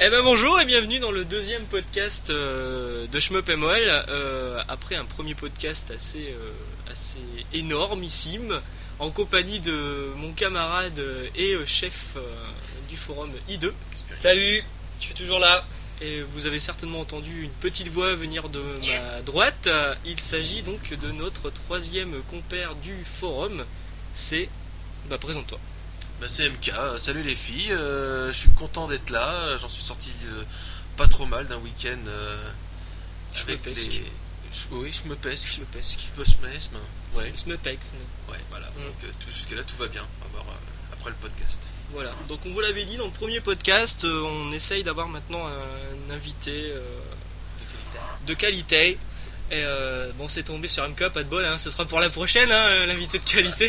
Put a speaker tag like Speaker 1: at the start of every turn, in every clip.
Speaker 1: Eh ben bonjour et bienvenue dans le deuxième podcast euh, de Shmup MOL. euh, après un premier podcast assez, euh, assez énormissime, en compagnie de mon camarade euh, et euh, chef euh, du forum I2.
Speaker 2: Salut, je suis toujours là.
Speaker 1: Et vous avez certainement entendu une petite voix venir de ma droite. Euh, Il s'agit donc de notre troisième compère du forum. C'est. Bah présente-toi.
Speaker 3: Bah, c'est MK, Euh, salut les filles, Euh, je suis content d'être là, Euh, j'en suis sorti euh, pas trop mal d'un week-end euh,
Speaker 1: Je
Speaker 3: avec
Speaker 1: me
Speaker 3: les...
Speaker 1: pesque.
Speaker 3: Je- Oui, je me pesque,
Speaker 1: Je me pesque.
Speaker 3: je me pesque, mais- ouais,
Speaker 1: Smupex.
Speaker 3: ouais, voilà,
Speaker 1: Mm.
Speaker 3: donc euh, tout- jusque-là tout va bien, on va voir euh, après le podcast.
Speaker 1: Voilà, donc on vous l'avait dit dans le premier podcast, euh, on essaye d'avoir maintenant un invité euh, de qualité. Et euh, bon, c'est tombé sur MK, pas de bol, hein, ce sera pour la prochaine, hein, euh, l'invité de qualité.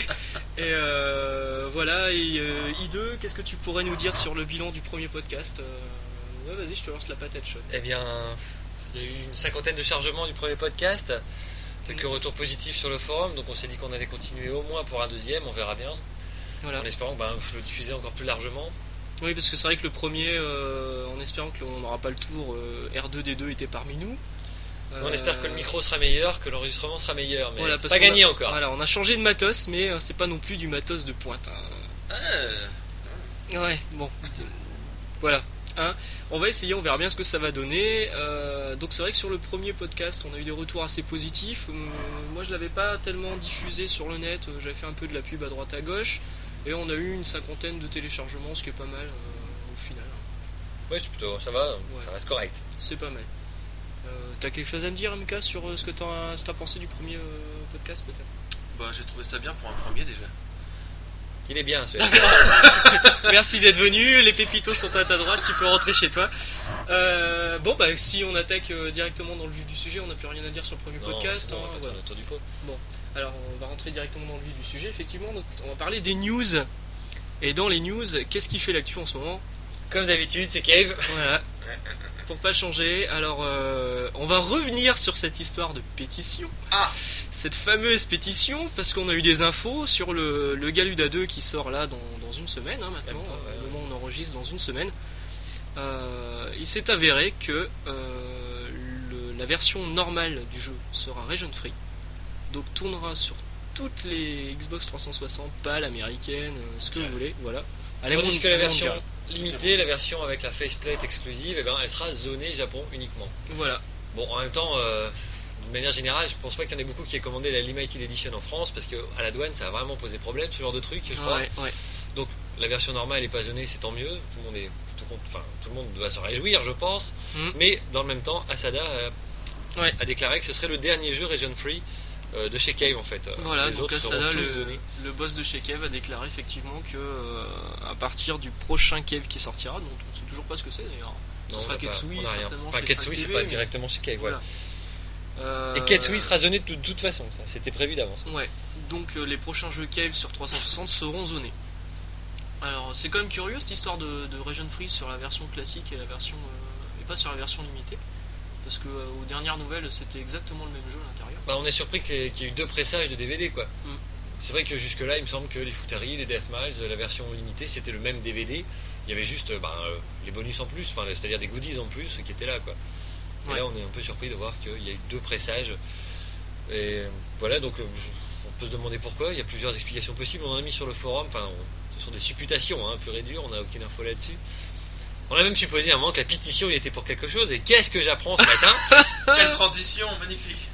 Speaker 1: Et euh, voilà, et euh, I2, qu'est-ce que tu pourrais nous dire sur le bilan du premier podcast Euh, Ouais, vas-y, je te lance la patate chaude.
Speaker 2: Eh bien, il y a eu une cinquantaine de chargements du premier podcast, quelques retours positifs sur le forum, donc on s'est dit qu'on allait continuer au moins pour un deuxième, on verra bien,
Speaker 1: Voilà.
Speaker 2: en espérant ben, le diffuser encore plus largement.
Speaker 1: Oui, parce que c'est vrai que le premier, euh, en espérant que l'on n'aura pas le tour, euh, R2D2 était parmi nous.
Speaker 2: On espère que le
Speaker 1: Euh,
Speaker 2: micro sera meilleur, que l'enregistrement sera meilleur, mais
Speaker 1: Voilà,
Speaker 2: c'est
Speaker 1: parce
Speaker 2: pas
Speaker 1: qu'on
Speaker 2: gagné encore.
Speaker 1: Voilà, on a changé de matos, mais euh, c'est pas non plus du matos de pointe. hein.
Speaker 3: Ah,
Speaker 1: Ouais, bon. voilà. hein. On va essayer, on verra bien ce que ça va donner. Euh, donc c'est vrai que sur le premier podcast, on a eu des retours assez positifs. Euh, moi, je l'avais pas tellement diffusé sur le net. Euh, J'avais fait un peu de la pub à droite à gauche, et on a eu une cinquantaine de téléchargements, ce qui est pas mal euh, au final.
Speaker 2: Oui, c'est plutôt, ça va, ça reste correct.
Speaker 1: C'est pas mal. Euh, T'as quelque chose à me dire, MK, sur euh, ce que t'en- ce que t'as pensé du premier euh, podcast, peut-être
Speaker 3: bah j'ai trouvé ça bien pour un premier déjà.
Speaker 2: Il est bien celui-là.
Speaker 1: Merci d'être venu, les pépitos sont à ta droite, tu peux rentrer chez toi. Euh, bon, bah si on attaque euh, directement dans le vif du sujet, on n'a plus rien à dire sur le premier
Speaker 2: Non,
Speaker 1: podcast.
Speaker 2: c'est bon, on
Speaker 1: hein,
Speaker 2: va pas
Speaker 1: voilà.
Speaker 2: tourner autour du pot.
Speaker 1: Alors on va rentrer directement dans le vif du sujet, effectivement. Donc, on va parler des news. Et dans les news, qu'est-ce qui fait l'actu en ce moment
Speaker 2: Comme d'habitude, c'est Cave.
Speaker 1: Voilà. Pour pas changer, alors euh, on va revenir sur cette histoire de pétition.
Speaker 3: Ah.
Speaker 1: Cette fameuse pétition, parce qu'on a eu des infos sur le, le Galuda 2 qui sort là dans, dans une semaine, hein, maintenant,
Speaker 2: Même pas, ouais,
Speaker 1: euh, au
Speaker 2: ouais.
Speaker 1: moment où on enregistre dans une semaine. Euh, il s'est avéré que euh, le- la version normale du jeu sera region free, donc tournera sur toutes les Xbox 360, PAL, américaine, euh, ce que vous voulez, voilà. Allez,
Speaker 2: Tandis
Speaker 1: mon-
Speaker 2: que la
Speaker 1: allez, mon
Speaker 2: version
Speaker 1: gars.
Speaker 2: limitée, la version avec la faceplate exclusive, eh ben, elle sera zonée Japon uniquement.
Speaker 1: Voilà.
Speaker 2: Bon, en même temps, euh, de manière générale, je pense pas qu'il y en ait beaucoup qui aient commandé la Limited Edition en France parce que à la douane, ça a vraiment posé problème, ce genre de truc, je crois.
Speaker 1: Ouais, ouais.
Speaker 2: Donc, la version normale est pas zonée, c'est tant mieux. Tout le monde est plutôt cont- enfin, tout le monde doit se réjouir, je pense.
Speaker 1: Mm.
Speaker 2: Mais dans le même temps, Asada euh,
Speaker 1: Ouais.
Speaker 2: a déclaré que ce serait le dernier jeu Region Free euh, de chez Cave en fait. Euh,
Speaker 1: Voilà,
Speaker 2: les
Speaker 1: donc
Speaker 2: autres
Speaker 1: Asada,
Speaker 2: seront tous
Speaker 1: le,
Speaker 2: zonés.
Speaker 1: le boss de chez Kev, a déclaré effectivement que euh, à partir du prochain Kev qui sortira, dont on ne sait toujours pas ce que c'est d'ailleurs, ce
Speaker 2: Non, on
Speaker 1: sera
Speaker 2: a pas-
Speaker 1: Ketsui
Speaker 2: on a rien.
Speaker 1: certainement
Speaker 2: Enfin,
Speaker 1: chez
Speaker 2: Ketsui,
Speaker 1: 5TV,
Speaker 2: c'est pas
Speaker 1: mais-
Speaker 2: directement chez Cave, voilà.
Speaker 1: Voilà. Euh,
Speaker 2: Et Ketsui sera zoné de toute façon, ça c'était prévu d'avance.
Speaker 1: Ouais, donc euh, les prochains jeux Cave sur 360 seront zonés. Alors c'est quand même curieux cette histoire de, de Region Free sur la version classique et la version euh, et pas sur la version limitée, parce que euh, aux dernières nouvelles c'était exactement le même jeu à l'intérieur.
Speaker 2: Bah, on est surpris que les- qu'il y ait eu deux pressages de DVD quoi.
Speaker 1: Mm.
Speaker 2: C'est vrai que jusque-là, il me semble que les Futari, les Death Miles, la version limitée, c'était le même DVD. Il y avait juste euh, ben, euh, les bonus en plus, enfin, c'est-à-dire des goodies en plus qui étaient là quoi. Et
Speaker 1: Ouais.
Speaker 2: là, on est un peu surpris de voir qu'il y a eu deux pressages. Et euh, voilà, donc euh, je- on peut se demander pourquoi. Il y a plusieurs explications possibles. On en a mis sur le forum. Enfin, on- ce sont des supputations, hein, pure et dure. On n'a aucune info là-dessus. On a même supposé à un moment que la pétition il était pour quelque chose. Et qu'est-ce que j'apprends ce matin
Speaker 3: Quelle transition, magnifique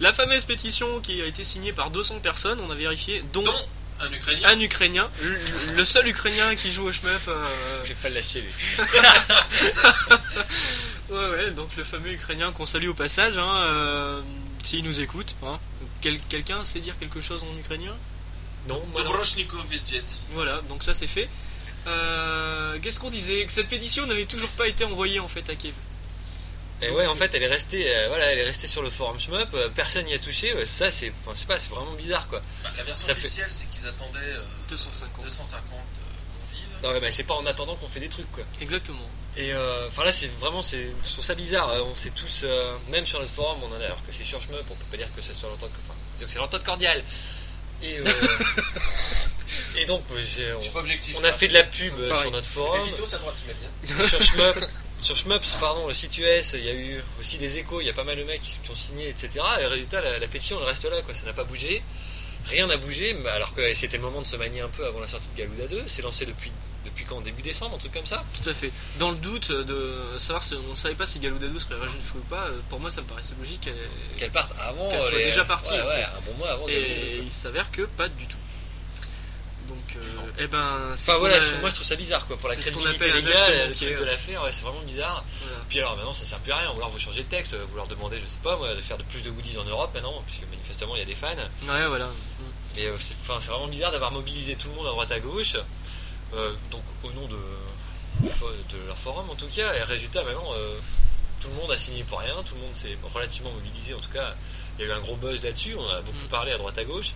Speaker 1: La fameuse pétition qui a été signée par 200 personnes, on a vérifié, dont
Speaker 3: Dont un Ukrainien
Speaker 1: un Ukrainien, le- le seul Ukrainien qui joue au shmup. euh,
Speaker 2: Je vais pas le lâcher lui.
Speaker 1: Ouais, ouais, donc le fameux Ukrainien qu'on salue au passage, hein, euh, s'il nous écoute. hein. Quel- Quelqu'un sait dire quelque chose en ukrainien
Speaker 2: Non, moi, non.
Speaker 3: Dobrochnikov Vizdiet.
Speaker 1: Voilà, donc ça c'est fait. Euh, Qu'est-ce qu'on disait Que cette pétition n'avait toujours pas été envoyée en fait à Kiev.
Speaker 2: Et ouais, en fait, elle est restée, euh, voilà, elle est restée sur le forum Shmup, euh, personne n'y a touché. ouais, ça, c'est, enfin, je sais pas, c'est vraiment bizarre, quoi.
Speaker 3: Bah, la version
Speaker 2: Ça fait-
Speaker 3: officielle c'est qu'ils attendaient euh,
Speaker 1: 250.
Speaker 3: 250 euh, convives.
Speaker 2: Non, mais c'est pas en attendant qu'on fait des trucs, quoi.
Speaker 1: Exactement.
Speaker 2: Et euh, enfin là, c'est vraiment, c'est, je trouve ça bizarre. euh, On s'est tous, euh, même sur notre forum, on en a, alors que c'est sur Shmup, on peut pas dire que c'est sur l'entente, enfin, disons que c'est l'entente cordiale. Et euh, Et donc, j'ai-
Speaker 3: Je suis
Speaker 2: on,
Speaker 3: pas objectif. Bah,
Speaker 2: on a
Speaker 3: là.
Speaker 2: fait de la pub
Speaker 1: Pareil.
Speaker 2: sur notre
Speaker 3: Les
Speaker 2: forum.
Speaker 3: Pitos, à droite, tu m'as hein. bien.
Speaker 2: sur Shmup, sur Shmups, pardon, le site US, il y a eu aussi des échos, il y a pas mal de mecs qui, qui ont signé, etc. Et résultat, la, la pétition, elle reste là, quoi. Ça n'a pas bougé. Rien n'a bougé, mais alors que c'était le moment de se manier un peu avant la sortie de Galouda 2. C'est lancé depuis, depuis quand Début décembre, un truc comme ça
Speaker 1: Tout à fait. Dans le doute euh, de savoir si on ne savait pas si Galouda 12 serait Raging Fou ou pas, euh, pour moi ça me paraissait logique. et-
Speaker 2: Qu'elle parte avant.
Speaker 1: Qu'elle
Speaker 2: euh,
Speaker 1: soit déjà partie,
Speaker 2: ouais,
Speaker 1: en
Speaker 2: ouais,
Speaker 1: fait.
Speaker 2: un bon mois avant Galouda 2.
Speaker 1: Et il s'avère que pas du tout. Donc, euh, eh ben, c'est
Speaker 2: Enfin
Speaker 1: ce
Speaker 2: voilà,
Speaker 1: qu'on a-
Speaker 2: je- moi je trouve ça bizarre, quoi. Pour la
Speaker 1: c'est ce qu'on
Speaker 2: crédibilité
Speaker 1: appelle un acte
Speaker 2: légale, le
Speaker 1: manqué,
Speaker 2: truc de
Speaker 1: ouais.
Speaker 2: l'affaire, ouais, c'est vraiment bizarre.
Speaker 1: voilà.
Speaker 2: Puis alors maintenant ça sert plus à rien, vouloir vous changer le texte, vouloir demander, je sais pas moi, de faire de plus de goodies en Europe maintenant, puisque manifestement il y a des fans.
Speaker 1: Ouais, voilà.
Speaker 2: Mais euh, c'est enfin, c'est vraiment bizarre d'avoir mobilisé tout le monde à droite à gauche, euh, donc au nom de, de leur forum en tout cas, et résultat maintenant euh, tout le monde a signé pour rien, tout le monde s'est relativement mobilisé en tout cas, il y a eu un gros buzz là-dessus, on a beaucoup
Speaker 1: Mm.
Speaker 2: parlé à droite à gauche,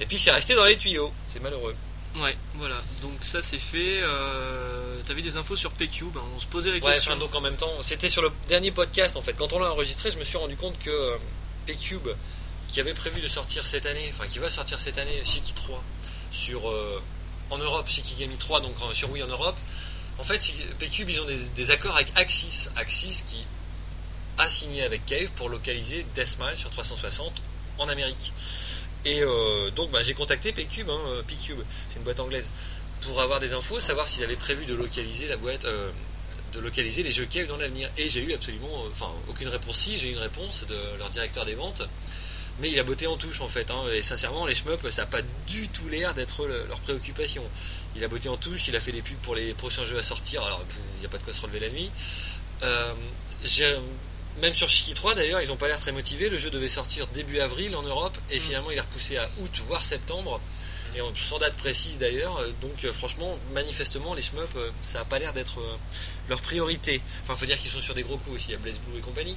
Speaker 2: et puis c'est resté dans les tuyaux, c'est malheureux.
Speaker 1: Ouais, voilà. Donc ça c'est fait. Euh, T'avais des infos sur PQ, ben, on se posait la
Speaker 2: Ouais,
Speaker 1: question.
Speaker 2: enfin, donc en même temps, c'était sur le dernier podcast en fait. Quand on l'a enregistré, je me suis rendu compte que euh, P-Cube, qui avait prévu de sortir cette année, enfin qui va sortir cette année, Shiki 3, sur, euh, en Europe, Shikigami 3, donc en- sur Wii en Europe, en fait, Shiki- P-Cube, ils ont des, des accords avec Axis. Axis qui a signé avec Cave pour localiser Deathmatch sur 360 en Amérique. Et euh, donc bah, j'ai contacté P-Cube, hein, euh, P-Cube, c'est une boîte anglaise, pour avoir des infos, savoir s'ils avaient prévu de localiser la boîte. euh, de localiser les jeux cave dans l'avenir. Et j'ai eu absolument, euh, enfin, aucune réponse. Si, j'ai eu une réponse de leur directeur des ventes, mais il a botté en touche en fait. hein. et sincèrement, les shmups, ça n'a pas du tout l'air d'être le- leur préoccupation. Il a botté en touche, il a fait des pubs pour les prochains jeux à sortir, alors il n'y a pas de quoi se relever la nuit. Euh, j'ai- même sur Shiki 3 d'ailleurs, ils n'ont pas l'air très motivés. Le jeu devait sortir début avril en Europe, et
Speaker 1: Mm.
Speaker 2: finalement il est repoussé à août, voire septembre. Et on- sans date précise d'ailleurs, Euh, donc euh, franchement, manifestement, les shmups, euh, ça n'a pas l'air d'être euh, leur priorité. Enfin, faut dire qu'ils sont sur des gros coups aussi, il y a Blaze Blue et compagnie.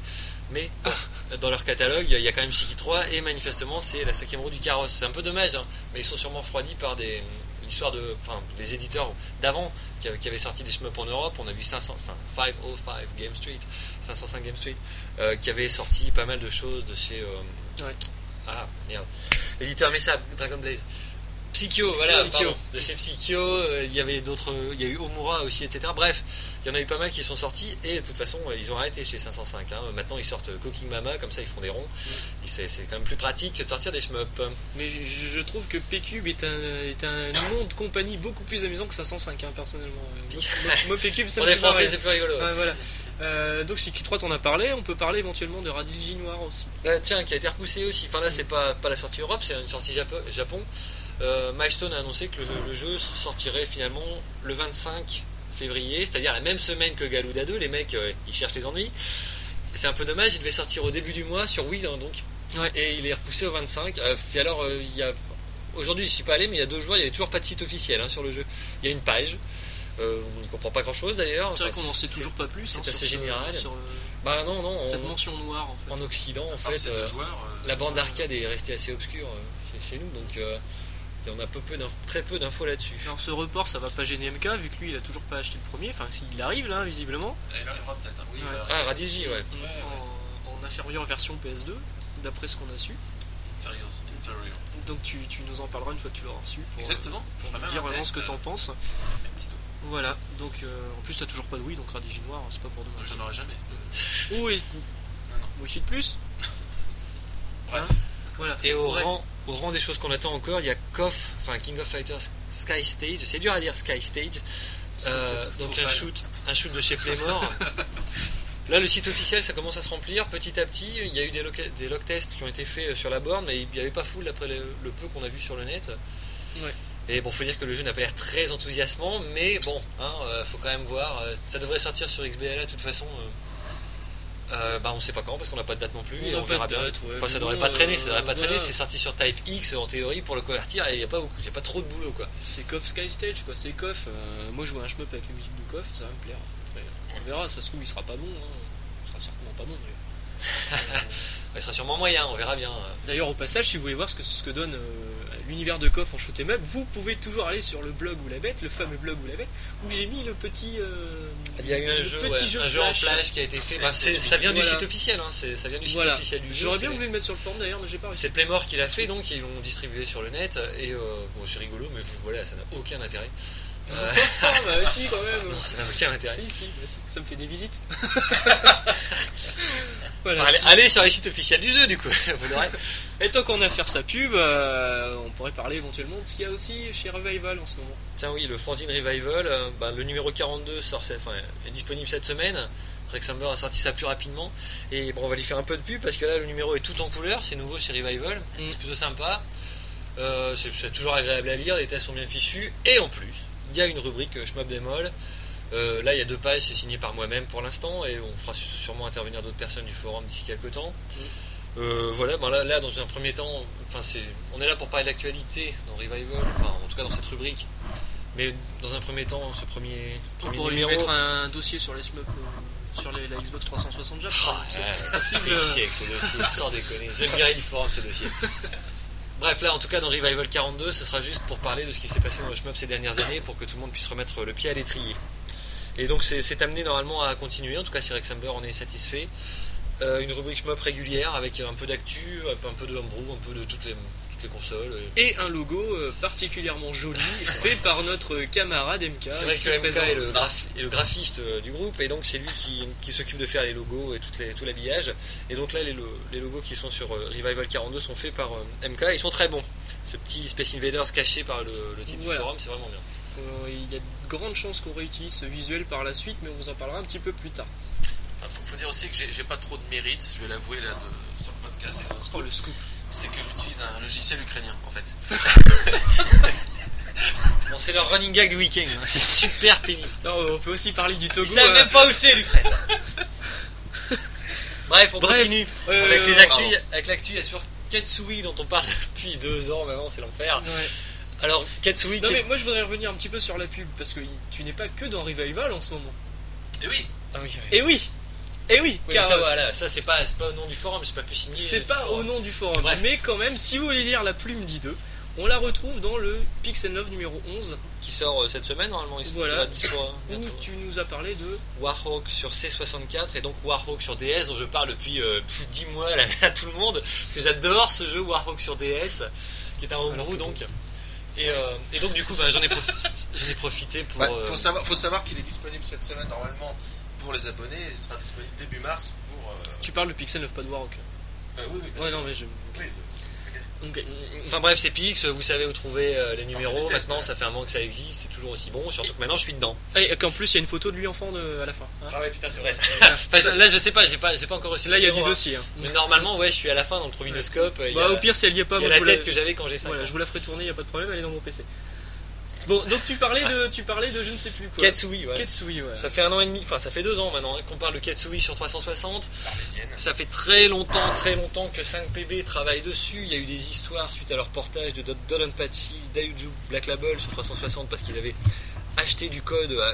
Speaker 2: Mais bon, dans leur catalogue, il y a quand même Shiki 3 et manifestement, c'est la cinquième roue du carrosse. C'est un peu dommage, hein, mais ils sont sûrement refroidis par des l'histoire de, enfin, les éditeurs d'avant qui, avaient- qui avaient sorti des shmups en Europe. On a vu 500, enfin, 505 Game Street, 505 Game Street, euh, qui avait sorti pas mal de choses de chez. euh,
Speaker 1: Ouais.
Speaker 2: Ah merde, l'éditeur Mesa, Dragon Blaze. Psycho, voilà,
Speaker 1: Psycho.
Speaker 2: pardon, de chez Psycho, euh, il y avait d'autres, il y a eu Omura aussi, etc. Bref, il y en a eu pas mal qui sont sortis et de toute façon euh, ils ont arrêté chez 505. hein. Maintenant ils sortent Cooking Mama, comme ça ils font des ronds. Et C'est c'est quand même plus pratique que de sortir des shmups.
Speaker 1: Mais je, je- je trouve que PQ est un, est un nom de compagnie beaucoup plus amusant que 505, hein, personnellement. Euh, moi- Moi PQ, ça
Speaker 2: Pour
Speaker 1: me
Speaker 2: les
Speaker 1: fait
Speaker 2: Français
Speaker 1: marrer.
Speaker 2: c'est plus rigolo.
Speaker 1: Ouais, voilà. Euh, donc si 3 t'en as parlé, on peut parler éventuellement de Radilji Noir aussi.
Speaker 2: Euh, tiens, qui a été repoussé aussi. Enfin là c'est pas, pas la sortie Europe, c'est une sortie Japo- Japon. Euh, Milestone a annoncé que le, le jeu sortirait finalement le 25 février, c'est-à-dire la même semaine que Galuda 2. Les mecs euh, ils cherchent les ennuis. C'est un peu dommage, il devait sortir au début du mois sur Wii hein, donc
Speaker 1: Ouais.
Speaker 2: et il est repoussé au 25. Euh, puis alors, euh, il y a... aujourd'hui, je suis pas allé, mais il y a deux jours, il n'y avait toujours pas de site officiel hein, sur le jeu. Il y a une page. Euh, on n'y comprend pas grand-chose d'ailleurs.
Speaker 1: C'est vrai
Speaker 2: Enfin,
Speaker 1: qu'on n'en sait toujours pas plus.
Speaker 2: c'est
Speaker 1: hein, sur
Speaker 2: assez
Speaker 1: ce-
Speaker 2: général.
Speaker 1: Sur euh,
Speaker 2: Bah non, non.
Speaker 1: cette
Speaker 2: on-
Speaker 1: mention noire, en fait.
Speaker 2: En Occident, en
Speaker 1: Ah,
Speaker 3: Après, Ah,
Speaker 2: fait,
Speaker 3: c'est
Speaker 2: euh,
Speaker 3: deux joueurs. euh,
Speaker 2: la bande arcade est restée assez obscure euh, chez, chez nous, donc euh, on a peu, peu d'inf- très peu d'infos là-dessus.
Speaker 1: Alors ce report, ça va pas gêner MK, vu que lui, il a toujours pas acheté le premier. Enfin, s'il arrive, là, visiblement.
Speaker 3: Elle arrivera peut-être. hein. Oui,
Speaker 1: Ouais.
Speaker 3: bah,
Speaker 2: Ah, Radigi, ouais.
Speaker 1: en,
Speaker 3: ouais.
Speaker 1: en inférieur version PS2, d'après ce qu'on a su.
Speaker 3: Inferiors, Inferiors.
Speaker 1: Donc tu, tu nous en parleras une fois que tu l'auras reçu pour,
Speaker 3: Exactement.
Speaker 1: pour
Speaker 3: On fera
Speaker 1: nous
Speaker 3: même
Speaker 1: dire
Speaker 3: un
Speaker 1: vraiment
Speaker 3: test,
Speaker 1: ce que t'en
Speaker 3: euh,
Speaker 1: penses.
Speaker 3: un petit dos.
Speaker 1: Voilà, donc euh, en plus t'as toujours pas de Wii, donc Radigi Noir, c'est pas pour
Speaker 3: Donc,
Speaker 1: demain.
Speaker 3: J'en aurai jamais.
Speaker 1: Ou et...
Speaker 3: Non, non.
Speaker 1: Wi-Fi de plus
Speaker 3: Bref.
Speaker 1: Hein Voilà.
Speaker 2: Et au,
Speaker 1: Ouais.
Speaker 2: rang, au rang des choses qu'on attend encore, il y a KOF, enfin King of Fighters Sky Stage, c'est dur à dire Sky Stage, Euh,
Speaker 3: peut-être
Speaker 2: donc
Speaker 3: faux
Speaker 2: un
Speaker 3: fan.
Speaker 2: shoot, un shoot de chez Playmore. Là, le site officiel, ça commence à se remplir petit à petit. Il y a eu des, loca- des log tests qui ont été faits euh, sur la borne, mais il n'y avait pas foule après le, le peu qu'on a vu sur le net.
Speaker 1: Ouais.
Speaker 2: Et bon, faut dire que le jeu n'a pas l'air très enthousiasmant, mais bon, hein, euh, faut quand même voir. Euh, Ça devrait sortir sur XBLA de toute façon. euh, euh, bah, on sait pas quand parce qu'on n'a pas de date non plus.
Speaker 1: On
Speaker 2: et
Speaker 1: n'a
Speaker 2: on
Speaker 1: pas
Speaker 2: verra
Speaker 1: de
Speaker 2: bien.
Speaker 1: date, ouais,
Speaker 2: Enfin, ça
Speaker 1: mais
Speaker 2: devrait
Speaker 1: bon,
Speaker 2: pas traîner. Ça devrait pas
Speaker 1: euh,
Speaker 2: traîner.
Speaker 1: voilà.
Speaker 2: C'est sorti sur Type X en théorie pour le convertir et il n'y a pas beaucoup, il y a pas trop de boulot quoi.
Speaker 1: C'est KOF Sky Stage, quoi. C'est KOF. euh, moi, jouer à un shmup avec la musique de KOF, ça va me plaire. Après, on verra, ça se trouve, il sera pas bon. hein. Il sera certainement pas bon, d'ailleurs. Euh,
Speaker 2: il sera sûrement moyen, on verra bien. euh.
Speaker 1: D'ailleurs, au passage, si vous voulez voir ce que, ce que donne euh, l'univers de Koff en shoot 'em up, vous pouvez toujours aller sur le blog ou la bête, le fameux blog ou la bête, où j'ai mis le petit. euh,
Speaker 2: Il y a eu un,
Speaker 1: le
Speaker 2: jeu,
Speaker 1: petit
Speaker 2: ouais,
Speaker 1: jeu
Speaker 2: un jeu en flash qui a été fait.
Speaker 3: Ouais,
Speaker 2: bah, c'est-
Speaker 3: c'est-
Speaker 2: ça vient du
Speaker 1: voilà.
Speaker 2: site officiel, hein, c'est- ça vient du site
Speaker 1: Voilà.
Speaker 2: officiel du jeu.
Speaker 1: J'aurais bien
Speaker 2: c'est-
Speaker 1: voulu le mettre sur le forum d'ailleurs, mais j'ai pas réussi.
Speaker 2: C'est Playmore qui l'a fait, donc ils l'ont distribué sur le net. Et euh, bon, c'est rigolo, mais voilà, ça n'a aucun intérêt. Euh,
Speaker 1: Ah, bah si, quand même.
Speaker 2: non, ça n'a aucun intérêt.
Speaker 1: Si, si, bah, si, ça me fait des visites. voilà.
Speaker 2: Enfin, allez, ah.
Speaker 1: si-
Speaker 2: allez sur les sites officiels du jeu, du coup. Vous l'aurez.
Speaker 1: Et tant qu'on a à faire sa pub, euh, on pourrait parler éventuellement de ce qu'il y a aussi chez Revival en ce moment.
Speaker 2: Tiens, oui, le Fanzine Revival, euh, bah, le numéro 42 sort, cette- enfin, est disponible cette semaine. Rexhammer a sorti ça plus rapidement. Et bon, on va lui faire un peu de pub parce que là, le numéro est tout en couleur. C'est nouveau chez Revival.
Speaker 1: Mm.
Speaker 2: C'est plutôt sympa. Euh, c'est c'est toujours agréable à lire. Les tests sont bien fichus. Et en plus, il y a une rubrique euh, Shmup Démol. Euh, là, il y a deux pages. C'est signé par moi-même pour l'instant. Et on fera su- sûrement intervenir d'autres personnes du forum d'ici quelques temps.
Speaker 1: Mm.
Speaker 2: Euh, voilà, ben là, là, dans un premier temps, enfin, c'est, on est là pour parler de l'actualité dans Revival, enfin, en tout cas dans cette rubrique. Mais dans un premier temps, ce premier, premier
Speaker 1: Pour lui
Speaker 2: numéro.
Speaker 1: mettre un dossier sur les shmup, euh, sur les- la Xbox 360 Jap.
Speaker 2: Oh,
Speaker 1: par exemple,
Speaker 2: ouais,
Speaker 1: ça, c'est
Speaker 2: c'est
Speaker 1: possible, euh,
Speaker 2: chier avec ce dossier, sans déconner. Je virais du forum ce dossier. Bref, là, en tout cas, dans Revival 42, ce sera juste pour parler de ce qui s'est passé dans le shmup ces dernières années pour que tout le monde puisse remettre le pied à l'étrier. Et donc, c'est c'est amené normalement à continuer. En tout cas, si Rex Amber en est satisfait. Euh, une rubrique shmup régulière avec un peu d'actu, un peu de homebrew, un peu de toutes les, toutes les consoles. Et
Speaker 1: Et un logo euh, particulièrement joli fait par notre camarade MK.
Speaker 2: C'est vrai
Speaker 1: ici
Speaker 2: que MK
Speaker 1: présent.
Speaker 2: est le, graphi- est le graphiste euh, du groupe et donc c'est lui qui, qui s'occupe de faire les logos et toutes les- tout l'habillage. Et donc là, les, lo- les logos qui sont sur euh, Revival 42 sont faits par euh, MK et ils sont très bons. Ce petit Space Invaders caché par le, le titre
Speaker 1: Voilà.
Speaker 2: du forum, c'est vraiment bien.
Speaker 1: Euh, Il y a de grandes chances qu'on réutilise ce visuel par la suite, mais on vous en parlera un petit peu plus tard.
Speaker 3: Enfin, faut, faut dire aussi que j'ai j'ai pas trop de mérite, je vais l'avouer là de- sur le podcast. et dans ce-
Speaker 1: Oh le scoop.
Speaker 3: C'est que j'utilise un logiciel ukrainien en fait.
Speaker 2: Bon, c'est leur running gag du week-end, hein. c'est super pénible.
Speaker 1: Non, euh, on peut aussi parler du Togo.
Speaker 2: Ils savent
Speaker 1: euh,
Speaker 2: même pas où c'est, l'Ukraine. Bref, on
Speaker 1: Bref,
Speaker 2: continue.
Speaker 1: euh,
Speaker 2: avec les actus,
Speaker 3: pardon.
Speaker 2: avec l'actu, il y a toujours Katsui dont on parle depuis deux ans maintenant, c'est l'enfer.
Speaker 1: ouais.
Speaker 2: Alors, Katsui,
Speaker 1: Non
Speaker 2: qui est-
Speaker 1: mais moi je voudrais revenir un petit peu sur la pub parce que tu n'es pas que dans Revival en ce moment.
Speaker 3: Et oui,
Speaker 2: Ah oui, oui.
Speaker 1: Et oui, et oui,
Speaker 2: Oui, mais
Speaker 1: car
Speaker 2: ça,
Speaker 1: euh,
Speaker 2: voilà, ça c'est pas, c'est pas au nom du forum, c'est pas plus signé. euh,
Speaker 1: c'est
Speaker 2: du
Speaker 1: pas
Speaker 2: forum.
Speaker 1: au nom du forum,
Speaker 2: Bref.
Speaker 1: mais quand même, si vous voulez lire la plume d'I2, on la retrouve dans le Pixel 9 numéro 11
Speaker 2: Qui sort euh, cette semaine normalement, il se
Speaker 1: Voilà.
Speaker 2: trouvera dispo. hein,
Speaker 1: où
Speaker 2: bientôt.
Speaker 1: tu nous as parlé de
Speaker 2: Warhawk sur C64 et donc Warhawk sur DS dont je parle depuis euh, plus de 10 mois là, à tout le monde. Parce que j'adore ce jeu Warhawk sur DS qui est un
Speaker 1: Alors que
Speaker 2: homebrew donc. Et, euh, et donc du coup bah, j'en ai, profi- j'en ai profité pour.
Speaker 3: Ouais,
Speaker 2: euh,
Speaker 3: faut savoir, faut savoir qu'il est disponible cette semaine normalement pour les abonnés. Il sera disponible début mars pour. euh,
Speaker 1: Tu parles de Pixel 9, pas de Warhawk.
Speaker 3: euh, oui, oui, bien
Speaker 1: Ouais,
Speaker 3: sûr.
Speaker 1: non, mais je.
Speaker 3: Oui.
Speaker 1: Ok.
Speaker 2: Enfin bref, c'est Pix, vous savez où trouver euh, les numéros.
Speaker 3: les tests, ouais.
Speaker 2: Maintenant, ça fait un moment que ça existe, c'est toujours aussi bon. Surtout que maintenant, je suis dedans.
Speaker 1: Et qu'en plus, il y a une photo de lui enfant de- à la fin. hein.
Speaker 2: Ah ouais, putain, c'est vrai. ça. Enfin, je- là, je sais pas, j'ai pas, j'ai pas encore reçu.
Speaker 1: Là, il y a
Speaker 2: le
Speaker 1: du
Speaker 2: numéro, hein.
Speaker 1: dossier. hein.
Speaker 2: Mais normalement, ouais, je suis à la fin dans le trombinoscope. euh, il y a-
Speaker 1: Bah, au pire, si elle y est pas,
Speaker 2: il y a
Speaker 1: moi,
Speaker 2: la
Speaker 1: je vous la-
Speaker 2: tête que j'avais quand j'ai 5
Speaker 1: Voilà,
Speaker 2: ans.
Speaker 1: je vous la ferai tourner, y a pas de problème, elle est dans mon PC. Bon, donc tu parlais de, tu parlais de je ne sais plus quoi.
Speaker 2: Katsui, ouais.
Speaker 1: Ketsui, ouais.
Speaker 2: Ça fait un an et demi, enfin ça fait deux ans maintenant hein, qu'on parle de Katsui sur 360.
Speaker 3: Parisienne.
Speaker 2: Ça fait très longtemps, très longtemps que 5PB travaille dessus. Il y a eu des histoires suite à leur portage de Dodonpachi, Dayuju, Black Label sur 360 parce qu'ils avaient acheté du code à-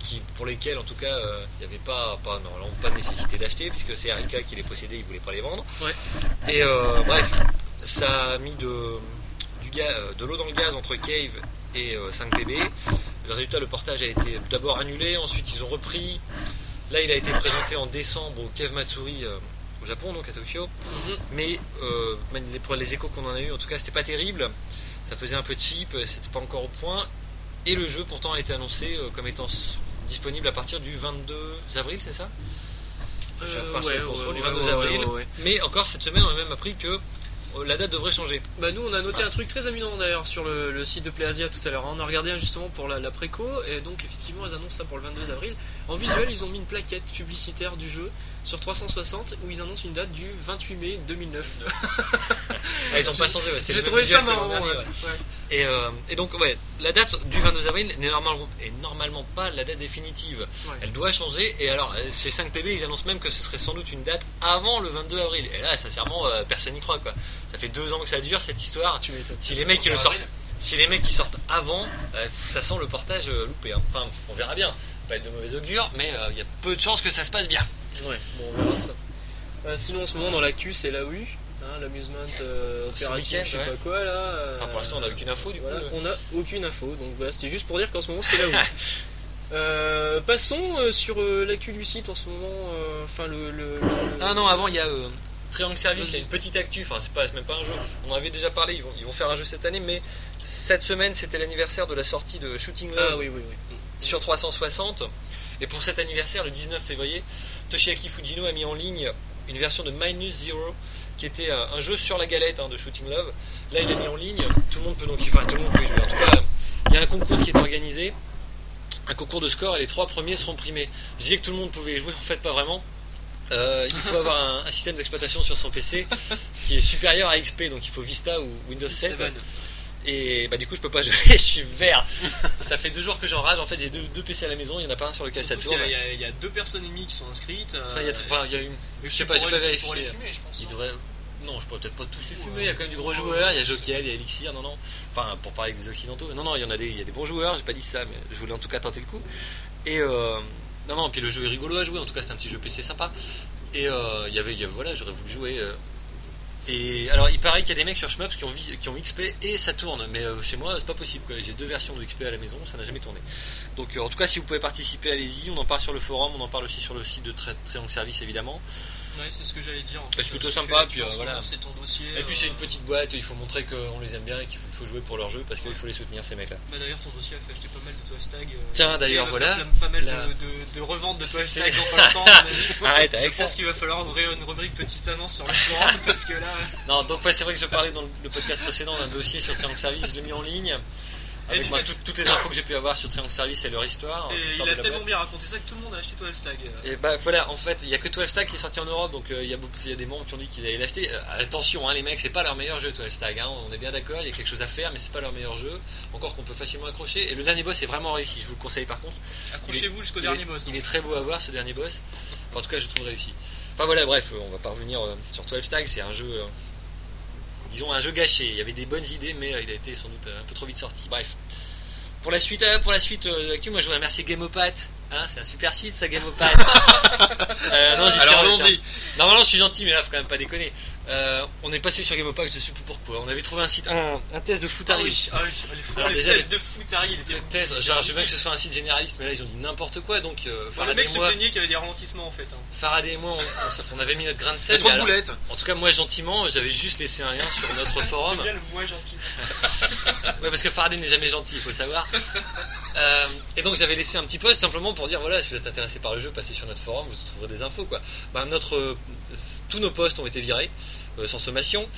Speaker 2: qui, pour lesquels, en tout cas, euh, il n'y avait pas, pas, non, alors, pas de nécessité d'acheter puisque c'est Arika qui les possédait, ils ne voulaient pas les vendre.
Speaker 1: Ouais.
Speaker 2: Et euh, bref, ça a mis de, du ga- euh, de l'eau dans le gaz entre Cave et euh, 5PB. Le résultat, le portage a été d'abord annulé, ensuite ils ont repris. Là, il a été présenté en décembre au Cave Matsuri euh, au Japon, donc à Tokyo.
Speaker 1: Mhm.
Speaker 2: Mais euh, même les- pour les échos qu'on en a eu, en tout cas, c'était pas terrible. Ça faisait un peu cheap, euh, c'était pas encore au point. Et le jeu, pourtant, a été annoncé euh, comme étant s- disponible à partir du 22 avril, c'est ça
Speaker 1: Euh,
Speaker 2: Par
Speaker 1: ouais,
Speaker 2: le contrôle
Speaker 1: ouais,
Speaker 2: du
Speaker 1: ouais,
Speaker 2: 22
Speaker 1: ouais,
Speaker 2: avril.
Speaker 1: ouais, ouais.
Speaker 2: Mais encore cette semaine, on a même appris que euh, la date devrait changer.
Speaker 1: Bah nous on a noté un truc très amusant d'ailleurs sur le, le site de PlayAsia tout à l'heure. hein. On a regardé un justement pour la, la préco et donc effectivement ils annoncent ça pour le 22 avril. En visuel ils ont mis une plaquette publicitaire du jeu sur 360 où ils annoncent une date du 28 mai 2009.
Speaker 2: Ah, ils ont pas changé, ouais, c'est le
Speaker 1: J'ai
Speaker 2: même
Speaker 1: trouvé
Speaker 2: visuel
Speaker 1: ça
Speaker 2: que l'an
Speaker 1: marrant.
Speaker 2: dernier,
Speaker 1: ouais.
Speaker 2: ouais.
Speaker 1: Ouais.
Speaker 2: Et, euh, et donc, ouais, la date du 22 avril n'est normalement, est normalement pas la date définitive.
Speaker 1: Ouais.
Speaker 2: Elle doit changer. Et alors, euh, ces 5 PB, ils annoncent même que ce serait sans doute une date avant le 22 avril. Et là, sincèrement, euh, personne n'y croit, quoi. Ça fait deux ans que ça dure, cette histoire.
Speaker 1: Tu m'étonnes.
Speaker 2: Si les mecs, ils le
Speaker 3: Avril.
Speaker 2: sortent, si les mecs, ils sortent avant, euh, ça sent le portage euh, loupé. hein. Enfin, on verra bien. Pas être de mauvais augure, mais euh, il y a peu de chances que ça se passe bien.
Speaker 1: Ouais, bon on verra ça. Euh, sinon, en ce moment, dans l'actu, c'est la U, hein, l'amusement euh,
Speaker 2: Ce
Speaker 1: opération,
Speaker 2: week-end,
Speaker 1: je sais
Speaker 2: ouais.
Speaker 1: pas quoi là. euh,
Speaker 2: Enfin, pour l'instant, on n'a aucune info du
Speaker 1: Voilà,
Speaker 2: coup. euh.
Speaker 1: on n'a aucune info. Donc voilà, c'était juste pour dire qu'en ce moment c'était la où. Euh, passons euh, sur euh, l'actu du site en ce moment. euh, Enfin, le, le- le-
Speaker 2: Ah non, avant, il y a euh, Triangle Service, il y a
Speaker 1: Vas-y.
Speaker 2: une petite actu, enfin, c'est pas, c'est même pas un jeu. On en avait déjà parlé, ils vont, ils vont faire un jeu cette année, mais cette semaine, c'était l'anniversaire de la sortie de Shooting Love
Speaker 1: Ah oui, oui, oui.
Speaker 2: sur 360. Et pour cet anniversaire, le 19 février, Toshiaki Fujino a mis en ligne une version de Minus Zero, qui était euh, un jeu sur la galette hein, de Shooting Love. Là, il l'a mis en ligne. Tout le monde peut donc, y- enfin, tout le monde peut y jouer. En tout cas, il y a un concours qui est organisé, un concours de score, et les trois premiers seront primés. Je disais que tout le monde pouvait y jouer, en fait, pas vraiment. Euh, il faut avoir un, un système d'exploitation sur son PC qui est supérieur à XP, donc il faut Vista ou Windows 7.
Speaker 1: Seven.
Speaker 2: Et bah du coup je peux pas jouer, je suis vert. Ça fait deux jours que j'enrage, en fait j'ai deux, deux PC à la maison, il y en a pas un sur lequel ça
Speaker 1: Surtout
Speaker 2: tourne.
Speaker 1: qu'il y a- Il y, a- il y a deux personnes et demie qui sont inscrites. euh,
Speaker 2: Enfin, il y a- enfin, il y a une-
Speaker 1: et
Speaker 2: je
Speaker 1: tu
Speaker 2: sais pas, j'ai
Speaker 1: pourrais-
Speaker 2: pas
Speaker 1: tu
Speaker 2: vérifié.
Speaker 1: pourrais les fumer, je pense, hein.
Speaker 2: Il
Speaker 1: non
Speaker 2: devrait... Non, je pourrais peut-être pas tous les fumer,
Speaker 1: Ouais.
Speaker 2: il y a quand même du gros joueur, il y a Jokiel, il y a Elixir, non, non. Enfin, pour parler avec des Occidentaux, non, non, il y en a des, il y a des bons joueurs, j'ai pas dit ça, mais je voulais en tout cas tenter le coup. Et euh, non, non, puis le jeu est rigolo à jouer, en tout cas c'est un petit jeu PC sympa. Et euh, il y avait, il y avait- voilà, j'aurais voulu jouer. euh. Et alors, il paraît qu'il y a des mecs sur Shmups qui ont, vi- qui ont XP et ça tourne, mais euh, chez moi c'est pas possible, quoi. j'ai deux versions de XP à la maison, ça n'a jamais tourné. Donc euh, en tout cas, si vous pouvez participer, allez-y, on en parle sur le forum, on en parle aussi sur le site de Tri- Triangle Service évidemment.
Speaker 1: Ouais, c'est ce que j'allais dire. en fait.
Speaker 2: c'est plutôt
Speaker 1: Ce que
Speaker 2: sympa,
Speaker 1: fait l'actu
Speaker 2: puis,
Speaker 1: en
Speaker 2: euh,
Speaker 1: ce moment,
Speaker 2: voilà.
Speaker 1: C'est ton dossier.
Speaker 2: Et puis c'est
Speaker 1: euh,
Speaker 2: une petite boîte, il faut montrer qu'on les aime bien et qu'il faut- il faut jouer pour leur jeu parce qu'il faut les soutenir ces mecs-là.
Speaker 1: Bah d'ailleurs, ton dossier a fait acheter pas mal de 12 tags. euh,
Speaker 2: Tiens, d'ailleurs,
Speaker 1: et il va faire
Speaker 2: voilà.
Speaker 1: Pas mal
Speaker 2: La-
Speaker 1: de, de- de reventes de 12
Speaker 2: C'est-
Speaker 1: tags dans pas longtemps, à mon avis.
Speaker 2: Arrête avec
Speaker 1: Je
Speaker 2: ça.
Speaker 1: pense qu'il va falloir ouvrir une rubrique petite annonce sur le forum parce que là.
Speaker 2: Non, donc ouais, c'est vrai que je parlais dans le- le podcast précédent d'un dossier sur Triangle Service, je l'ai mis en ligne
Speaker 1: Et
Speaker 2: avec
Speaker 1: du
Speaker 2: moi,
Speaker 1: fait-
Speaker 2: tout- toutes les infos que j'ai pu avoir sur Triangle Service et leur histoire.
Speaker 1: Et
Speaker 2: l'histoire
Speaker 1: il a
Speaker 2: de la boîte.
Speaker 1: tellement bien raconté ça que tout le monde a acheté 12 Stag.
Speaker 2: Ah, Et bah voilà, en fait, il y a que 12 Stack qui est sorti en Europe, donc euh, il y a beaucoup, il y a des membres qui ont dit qu'ils allaient l'acheter. Euh, attention, hein, les mecs, c'est pas leur meilleur jeu 12 Stack, hein, on est bien d'accord, il y a quelque chose à faire, mais c'est pas leur meilleur jeu. Encore qu'on peut facilement accrocher. Et le dernier boss est vraiment réussi, je vous le conseille par contre.
Speaker 1: Accrochez-vous jusqu'au
Speaker 2: il
Speaker 1: dernier boss.
Speaker 2: Il est très beau à voir ce dernier boss. Enfin, en tout cas, je le trouve réussi. Enfin voilà, bref, euh, on va pas revenir euh, sur 12 Stag. C'est un jeu, euh, disons, un jeu gâché. Il y avait des bonnes idées, mais euh, il a été sans doute euh, un peu trop vite sorti. Bref. Pour la suite, euh, pour la suite euh, de l'actu, moi je voudrais remercier Gameopath. Hein, c'est un super site ça, Gameopath. Euh, non, j'ai
Speaker 3: Alors
Speaker 2: tiré,
Speaker 3: allons-y.
Speaker 2: Normalement, je suis gentil, mais là, faut quand même pas déconner. Euh, on est passé sur Gameopath, je sais plus pourquoi. On avait trouvé un site, un, un test de foot
Speaker 1: Ah
Speaker 2: arrive.
Speaker 1: oui, ah oui, les fous,
Speaker 2: Alors
Speaker 1: les
Speaker 2: déjà,
Speaker 1: tests de foutari, il était.
Speaker 2: Le test, genre, je veux bien que ce soit un site généraliste, mais là, ils ont dit n'importe quoi, donc euh,
Speaker 1: Enfin, le
Speaker 2: Faraday
Speaker 1: mec
Speaker 2: et
Speaker 1: se
Speaker 2: moi-
Speaker 1: plaignait qu'il y avait des ralentissements en fait. hein.
Speaker 2: Faraday et moi, on, on- on avait mis notre grain de
Speaker 3: C'est
Speaker 2: sel. mais
Speaker 3: trop de
Speaker 2: alors-
Speaker 3: boulettes.
Speaker 2: en tout cas, moi, gentiment, j'avais juste laissé un lien sur notre forum.
Speaker 1: J'aime bien le voix gentil.
Speaker 2: Ouais, parce que Faraday n'est jamais gentil, il faut le savoir. Euh, et donc, j'avais laissé un petit post simplement pour dire voilà, si vous êtes intéressé par le jeu, passez sur notre forum, vous trouverez des infos. Quoi. Ben, notre, euh, tous nos posts ont été virés, euh, sans sommation.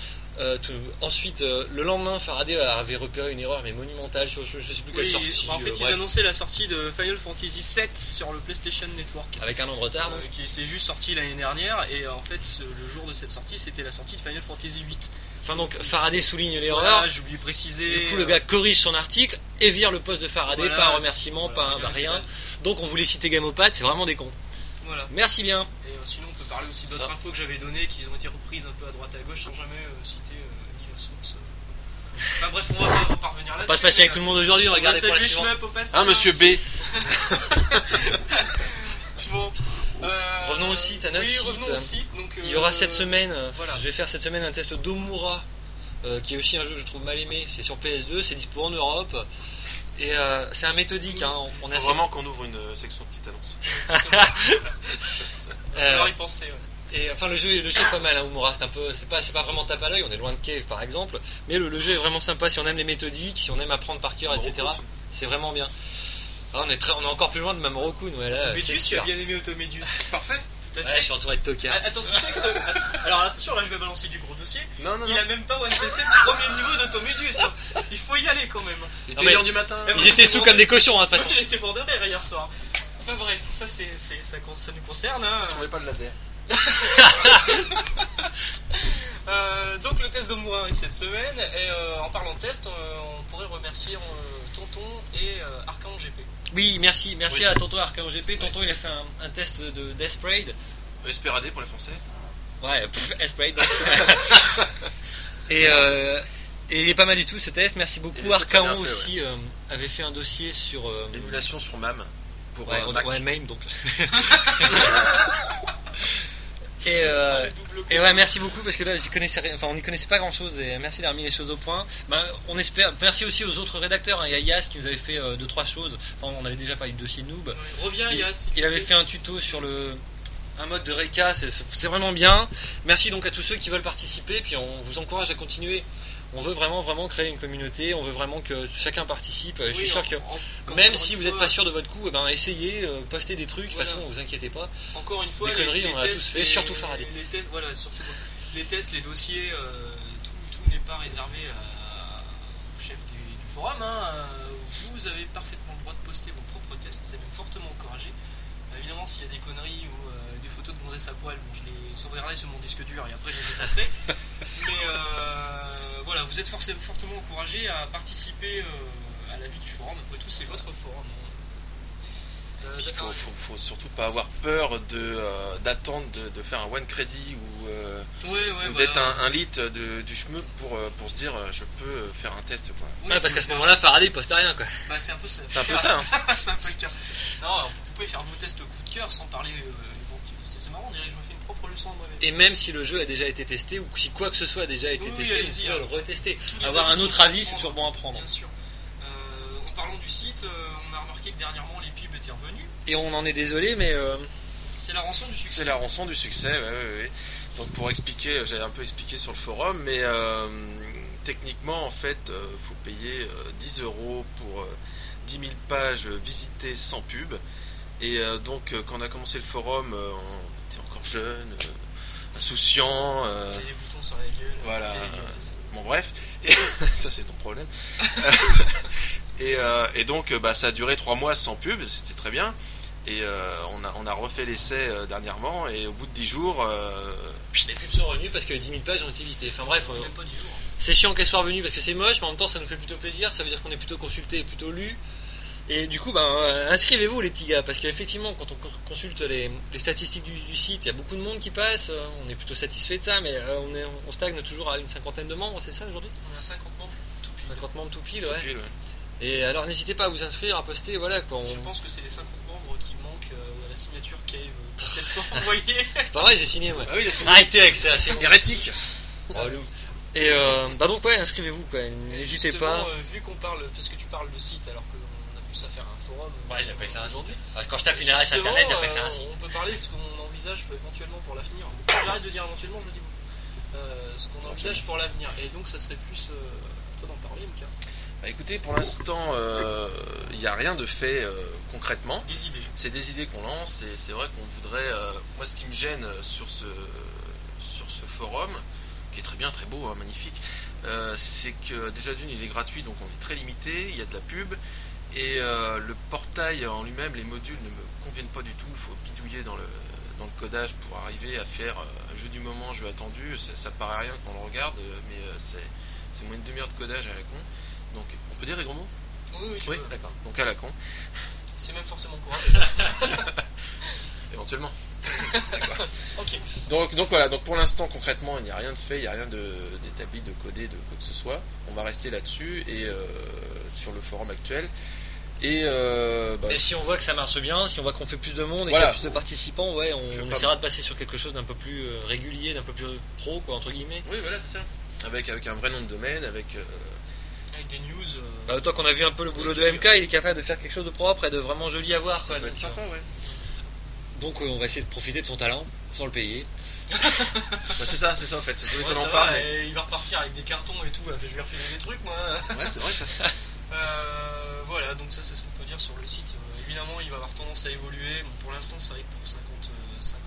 Speaker 2: Euh, tout- ensuite, euh, le lendemain, Faraday avait repéré une erreur, mais monumentale, sur je, je sais plus quelle
Speaker 1: Oui,
Speaker 2: sortie.
Speaker 1: bah, en
Speaker 2: euh,
Speaker 1: fait, ils
Speaker 2: bref,
Speaker 1: annonçaient la sortie de Final Fantasy VII sur le PlayStation Network.
Speaker 2: avec un an de retard, donc.
Speaker 1: euh, qui était juste sorti l'année dernière et euh, en fait ce- le jour de cette sortie c'était la sortie de Final Fantasy VIII.
Speaker 2: Enfin, donc, Faraday souligne l'erreur.
Speaker 1: Voilà, j'ai oublié de préciser. euh,
Speaker 2: Du coup, le gars corrige son article et vire le poste de Faraday,
Speaker 1: Voilà,
Speaker 2: pas un remerciement,
Speaker 1: c'est-
Speaker 2: pas un
Speaker 1: voilà,
Speaker 2: bah, rien. Donc, on voulait citer Gamopat, c'est vraiment des cons.
Speaker 1: Voilà.
Speaker 2: Merci bien.
Speaker 1: Et euh, sinon, on peut parler aussi d'autres
Speaker 2: Ça.
Speaker 1: infos que j'avais données qui ont été reprises un peu à droite à gauche sans jamais euh, citer euh, ni la source. euh. Enfin bref, on va pas parvenir là-dessus. euh,
Speaker 2: Pas se fâcher avec tout le monde aujourd'hui, on va garder pour la
Speaker 1: salut
Speaker 2: suivante. Ah,
Speaker 1: Schmup au passage.
Speaker 3: Hein, monsieur B
Speaker 1: hein, Bon, euh,
Speaker 2: Revenons au site, à notre
Speaker 1: oui,
Speaker 2: site.
Speaker 1: revenons au site. Donc,
Speaker 2: Il y aura
Speaker 1: euh,
Speaker 2: cette semaine, euh,
Speaker 1: voilà.
Speaker 2: je vais faire cette semaine un test d'Omura, euh, qui est aussi un jeu que je trouve mal aimé. C'est sur PS2, c'est dispo en Europe. Et euh, c'est un méthodique, hein, on- on a
Speaker 3: Faut vraiment qu'on ouvre une euh, section petite annonce.
Speaker 2: euh,
Speaker 1: Alors, y penser. ouais.
Speaker 2: Et enfin, le jeu, le jeu est pas mal, hein, Umura. C'est un peu, c'est pas, c'est pas vraiment tape à l'œil. On est loin de Cave, par exemple. Mais le, le jeu est vraiment sympa si on aime les méthodiques, si on aime apprendre par cœur, etc.
Speaker 3: Mamoru Kun.
Speaker 2: C'est vraiment bien. Ah, on est très, on est encore plus loin de Mamoru Kun. Ouais, là, c'est
Speaker 1: Automédus, tu as
Speaker 2: sûr.
Speaker 1: bien aimé Automédus.
Speaker 3: Parfait.
Speaker 1: Tout à
Speaker 2: Ouais, je
Speaker 1: fait.
Speaker 2: suis entouré de tocards.
Speaker 1: Ah, Attends, tu sais que ce. att- Alors attention, là je vais balancer du gros dossier.
Speaker 3: Non, non,
Speaker 1: Il
Speaker 3: non.
Speaker 1: a même pas 1cc le premier niveau d'automédus. hein. Il faut y aller quand même.
Speaker 3: Il
Speaker 2: Ah,
Speaker 3: était
Speaker 2: mais-
Speaker 3: 1h du matin.
Speaker 1: Ah,
Speaker 2: Ils étaient sous comme des cochons, hein, de toute façon.
Speaker 1: J'ai été mort de rire hier soir. Enfin bref, ça, c'est, c'est- ça, con- ça nous concerne. hein.
Speaker 3: Je trouvais pas le laser.
Speaker 1: Euh, donc le test de moi arrive cette semaine. Et euh, en parlant de test, euh, on pourrait remercier euh, Tonton et euh, Arcan GP.
Speaker 2: Oui, merci, merci
Speaker 3: Oui.
Speaker 2: à Tonton Arcan GP. Tonton, il a fait un, un test de Death Parade.
Speaker 3: Esperadé pour les Français.
Speaker 2: Ouais, pff, Death Parade. et, euh, et il est pas mal du tout ce test. Merci
Speaker 3: Il
Speaker 2: beaucoup.
Speaker 3: était très bien
Speaker 2: Arcaon
Speaker 3: fait,
Speaker 2: aussi euh, avait fait un dossier sur. euh,
Speaker 3: L'émulation sur MAM. Pour
Speaker 2: Ouais,
Speaker 3: euh,
Speaker 2: on-
Speaker 3: Mac.
Speaker 2: ouais, même donc. Et,
Speaker 1: Ah,
Speaker 2: euh,
Speaker 3: Le double
Speaker 2: et ouais, merci beaucoup parce que là, j'y connaissais rien- enfin, on n'y connaissait pas grand chose et merci d'avoir mis les choses au point. Ben, on espère. Merci aussi aux autres rédacteurs. hein. Il y a Yas qui nous avait fait euh, deux trois choses. Enfin, on avait déjà parlé de dossier noob.
Speaker 1: Reviens, Yas.
Speaker 2: euh, Il avait fait un tuto sur le un mode de réca, c'est- c'est vraiment bien. Merci donc à tous ceux qui veulent participer, puis on vous encourage à continuer. On veut vraiment vraiment créer une communauté, on veut vraiment que chacun participe. euh, Je suis sûr que même si vous n'êtes pas sûr de votre coup, eh ben essayez, euh, postez des trucs. De toute
Speaker 1: Voilà.
Speaker 2: façon, vous inquiétez pas.
Speaker 1: Encore une fois,
Speaker 2: Des
Speaker 1: les-
Speaker 2: conneries,
Speaker 1: les
Speaker 2: on en a
Speaker 1: tests,
Speaker 2: tous fait,
Speaker 1: les-
Speaker 2: surtout Faraday.
Speaker 1: Les tests, voilà, surtout les tests, les dossiers, euh, tout, tout n'est pas réservé à- au chef du, du forum. hein. Euh, Vous avez parfaitement le droit de poster vos propres tests, c'est même fortement encouragé. Euh, Évidemment, s'il y a des conneries ou euh, des photos de Gonzès à poil, bon, je les sauvegarderai sur mon disque dur et après je les effacerai. Mais euh, voilà, vous êtes forcément fortement encouragé à participer euh, à la vie du forum. Après tout, c'est votre forum. hein. Euh,
Speaker 3: Il
Speaker 1: d'accord,
Speaker 3: faut, faut- faut surtout pas avoir peur de euh, d'attendre de, de faire un one credit ou, euh,
Speaker 1: ouais, ouais,
Speaker 3: ou
Speaker 1: voilà.
Speaker 3: d'être un, un lit de- du chmeu pour, euh, pour se dire euh, je peux euh, faire un test quoi.
Speaker 1: Oui,
Speaker 2: Ouais, parce qu'à ce
Speaker 1: mais-
Speaker 2: moment-là, Faraday il poste rien quoi.
Speaker 1: Bah, c'est un peu ça.
Speaker 3: C'est un peu ça, hein.
Speaker 1: c'est un peu le cas. Non, vous pouvez faire vos tests coup de cœur sans parler. euh, bon, c'est c'est marrant, on dirait que je me fais une propre leçon de moi-même.
Speaker 2: Et même si le jeu a déjà été testé ou si quoi que ce soit a déjà été
Speaker 1: Oui, oui,
Speaker 2: testé, vous
Speaker 1: allez-y,
Speaker 2: pouvez
Speaker 1: hein.
Speaker 2: le retester.
Speaker 1: Tous les
Speaker 2: Avoir
Speaker 1: avis
Speaker 2: un
Speaker 1: sont
Speaker 2: autre
Speaker 1: à
Speaker 2: avis, c'est
Speaker 1: prendre.
Speaker 2: toujours bon à prendre.
Speaker 1: Bien sûr. Euh, en parlant du site, euh, on a remarqué que dernièrement les pubs étaient revenus.
Speaker 2: Et on en est désolé, mais euh,
Speaker 1: C'est la rançon du
Speaker 3: C'est
Speaker 1: succès.
Speaker 3: la rançon du succès, ouais, ouais, ouais. Donc pour expliquer, euh, j'avais un peu expliqué sur le forum, mais euh, techniquement, en fait, euh, faut payer euh, 10 euros pour euh, 10 000 pages visitées sans pub. Et euh, donc, euh, quand on a commencé le forum, euh, on était encore jeune, euh, insouciant. euh,
Speaker 1: C'est les boutons sur la gueule. euh,
Speaker 3: Voilà.
Speaker 1: c'est- c'est-
Speaker 3: Bon bref, Et- ça c'est ton problème. et, euh, et donc euh, bah, ça a duré trois mois sans pub, c'était très bien. Et euh, on, a, on a refait l'essai euh, dernièrement et au bout de dix jours, euh,
Speaker 2: les pubs sont revenues parce que 10 000 pages ont été évitées. Enfin bref, on-
Speaker 1: Même pas du jour.
Speaker 2: C'est chiant qu'elle soit revenue parce que c'est moche, mais en même temps ça nous fait plutôt plaisir, ça veut dire qu'on est plutôt consulté et plutôt lu. Et du coup, ben, euh, inscrivez-vous les petits gars, parce qu'effectivement, quand on co- consulte les, les statistiques du, du site, il y a beaucoup de monde qui passe, euh, on est plutôt satisfait de ça, mais euh, on, est, on stagne toujours à une cinquantaine de membres, c'est ça aujourd'hui
Speaker 1: hein. On a 50 membres tout pile.
Speaker 2: 50 membres tout pile,
Speaker 3: tout
Speaker 2: ouais.
Speaker 3: pile, ouais.
Speaker 2: Et alors n'hésitez pas à vous inscrire, à poster, voilà quoi. on-
Speaker 1: Je pense que c'est les 50 membres qui manquent euh, à la signature Cave. euh, Qu'elle soit envoyée.
Speaker 2: C'est pas vrai, j'ai signé, moi.
Speaker 3: Ah oui, c'est
Speaker 2: Arrêtez avec ça, c'est bon.
Speaker 3: hérétique.
Speaker 2: Relou. Et euh, bah donc, ouais, inscrivez-vous quoi, n'hésitez
Speaker 1: Justement,
Speaker 2: pas.
Speaker 1: euh, vu qu'on parle, parce que tu parles de site alors qu'on a pu ça faire un forum.
Speaker 2: Ouais, j'appelle ça un site.
Speaker 1: aujourd'hui.
Speaker 2: euh, Quand je tape une adresse
Speaker 1: Justement,
Speaker 2: internet, j'appelle ça
Speaker 1: euh,
Speaker 2: un site.
Speaker 1: On peut parler de ce qu'on envisage éventuellement pour l'avenir. J'arrête de dire éventuellement, je le dis beaucoup. Euh, ce qu'on envisage pour l'avenir. Et donc, ça serait plus euh, à toi d'en parler, Mika.
Speaker 3: Bah, écoutez, pour l'instant, euh, il n'y a rien de fait euh, concrètement.
Speaker 1: Des idées.
Speaker 3: C'est des idées qu'on lance et c'est vrai qu'on voudrait. euh, moi, ce qui me gêne euh, sur ce, sur ce forum, qui est très bien, très beau, hein, magnifique, euh, c'est que déjà d'une, il est gratuit donc on est très limité, il y a de la pub et euh, le portail en lui-même, les modules ne me conviennent pas du tout, il faut bidouiller dans le, dans le codage pour arriver à faire euh, jeu du moment, jeu attendu. Ça, ça paraît rien quand on le regarde, euh, mais euh, c'est- c'est moins une demi-heure de codage à la con. Donc, on peut dire les gros mots
Speaker 1: Oui, oui, tu
Speaker 3: Oui,
Speaker 1: peux.
Speaker 3: d'accord. Donc à la con,
Speaker 1: C'est même fortement courageux.
Speaker 3: éventuellement.
Speaker 1: ok.
Speaker 3: Donc, donc voilà, donc pour l'instant concrètement il n'y a rien de fait, il n'y a rien de- d'établi, de codé, de quoi que ce soit. On va rester là-dessus et euh, sur le forum actuel. Et euh, bah,
Speaker 2: Et si on voit que ça marche bien, si on voit qu'on fait plus de monde et
Speaker 3: Voilà.
Speaker 2: qu'il y a plus de participants, ouais, on,
Speaker 3: Je veux pas-
Speaker 2: essaiera de passer sur quelque chose d'un peu plus euh, régulier, d'un peu plus pro, quoi, entre guillemets.
Speaker 3: oui voilà c'est ça. Avec, avec un vrai nom de domaine, avec euh,
Speaker 1: Avec des news. euh,
Speaker 2: Bah, autant qu'on a vu un peu le boulot de MK, il est capable de faire quelque chose de propre et de vraiment joli à voir.
Speaker 3: ça
Speaker 2: quoi.
Speaker 3: peut être
Speaker 2: donc,
Speaker 3: sympa ouais.
Speaker 2: euh, donc, euh, on va essayer de profiter de son talent sans le payer.
Speaker 3: Bah, c'est ça, c'est ça en fait. Je voulais
Speaker 1: ouais,
Speaker 3: qu'on
Speaker 1: ça va,
Speaker 3: en parle. mais-
Speaker 1: et Il va repartir avec des cartons et tout. là, Je vais lui refiler des trucs, moi.
Speaker 3: Ouais c'est vrai ça.
Speaker 1: Euh, voilà, donc ça c'est ce qu'on peut dire sur le site. Euh, évidemment, il va avoir tendance à évoluer. Bon, pour l'instant, c'est vrai que pour 50, euh, 50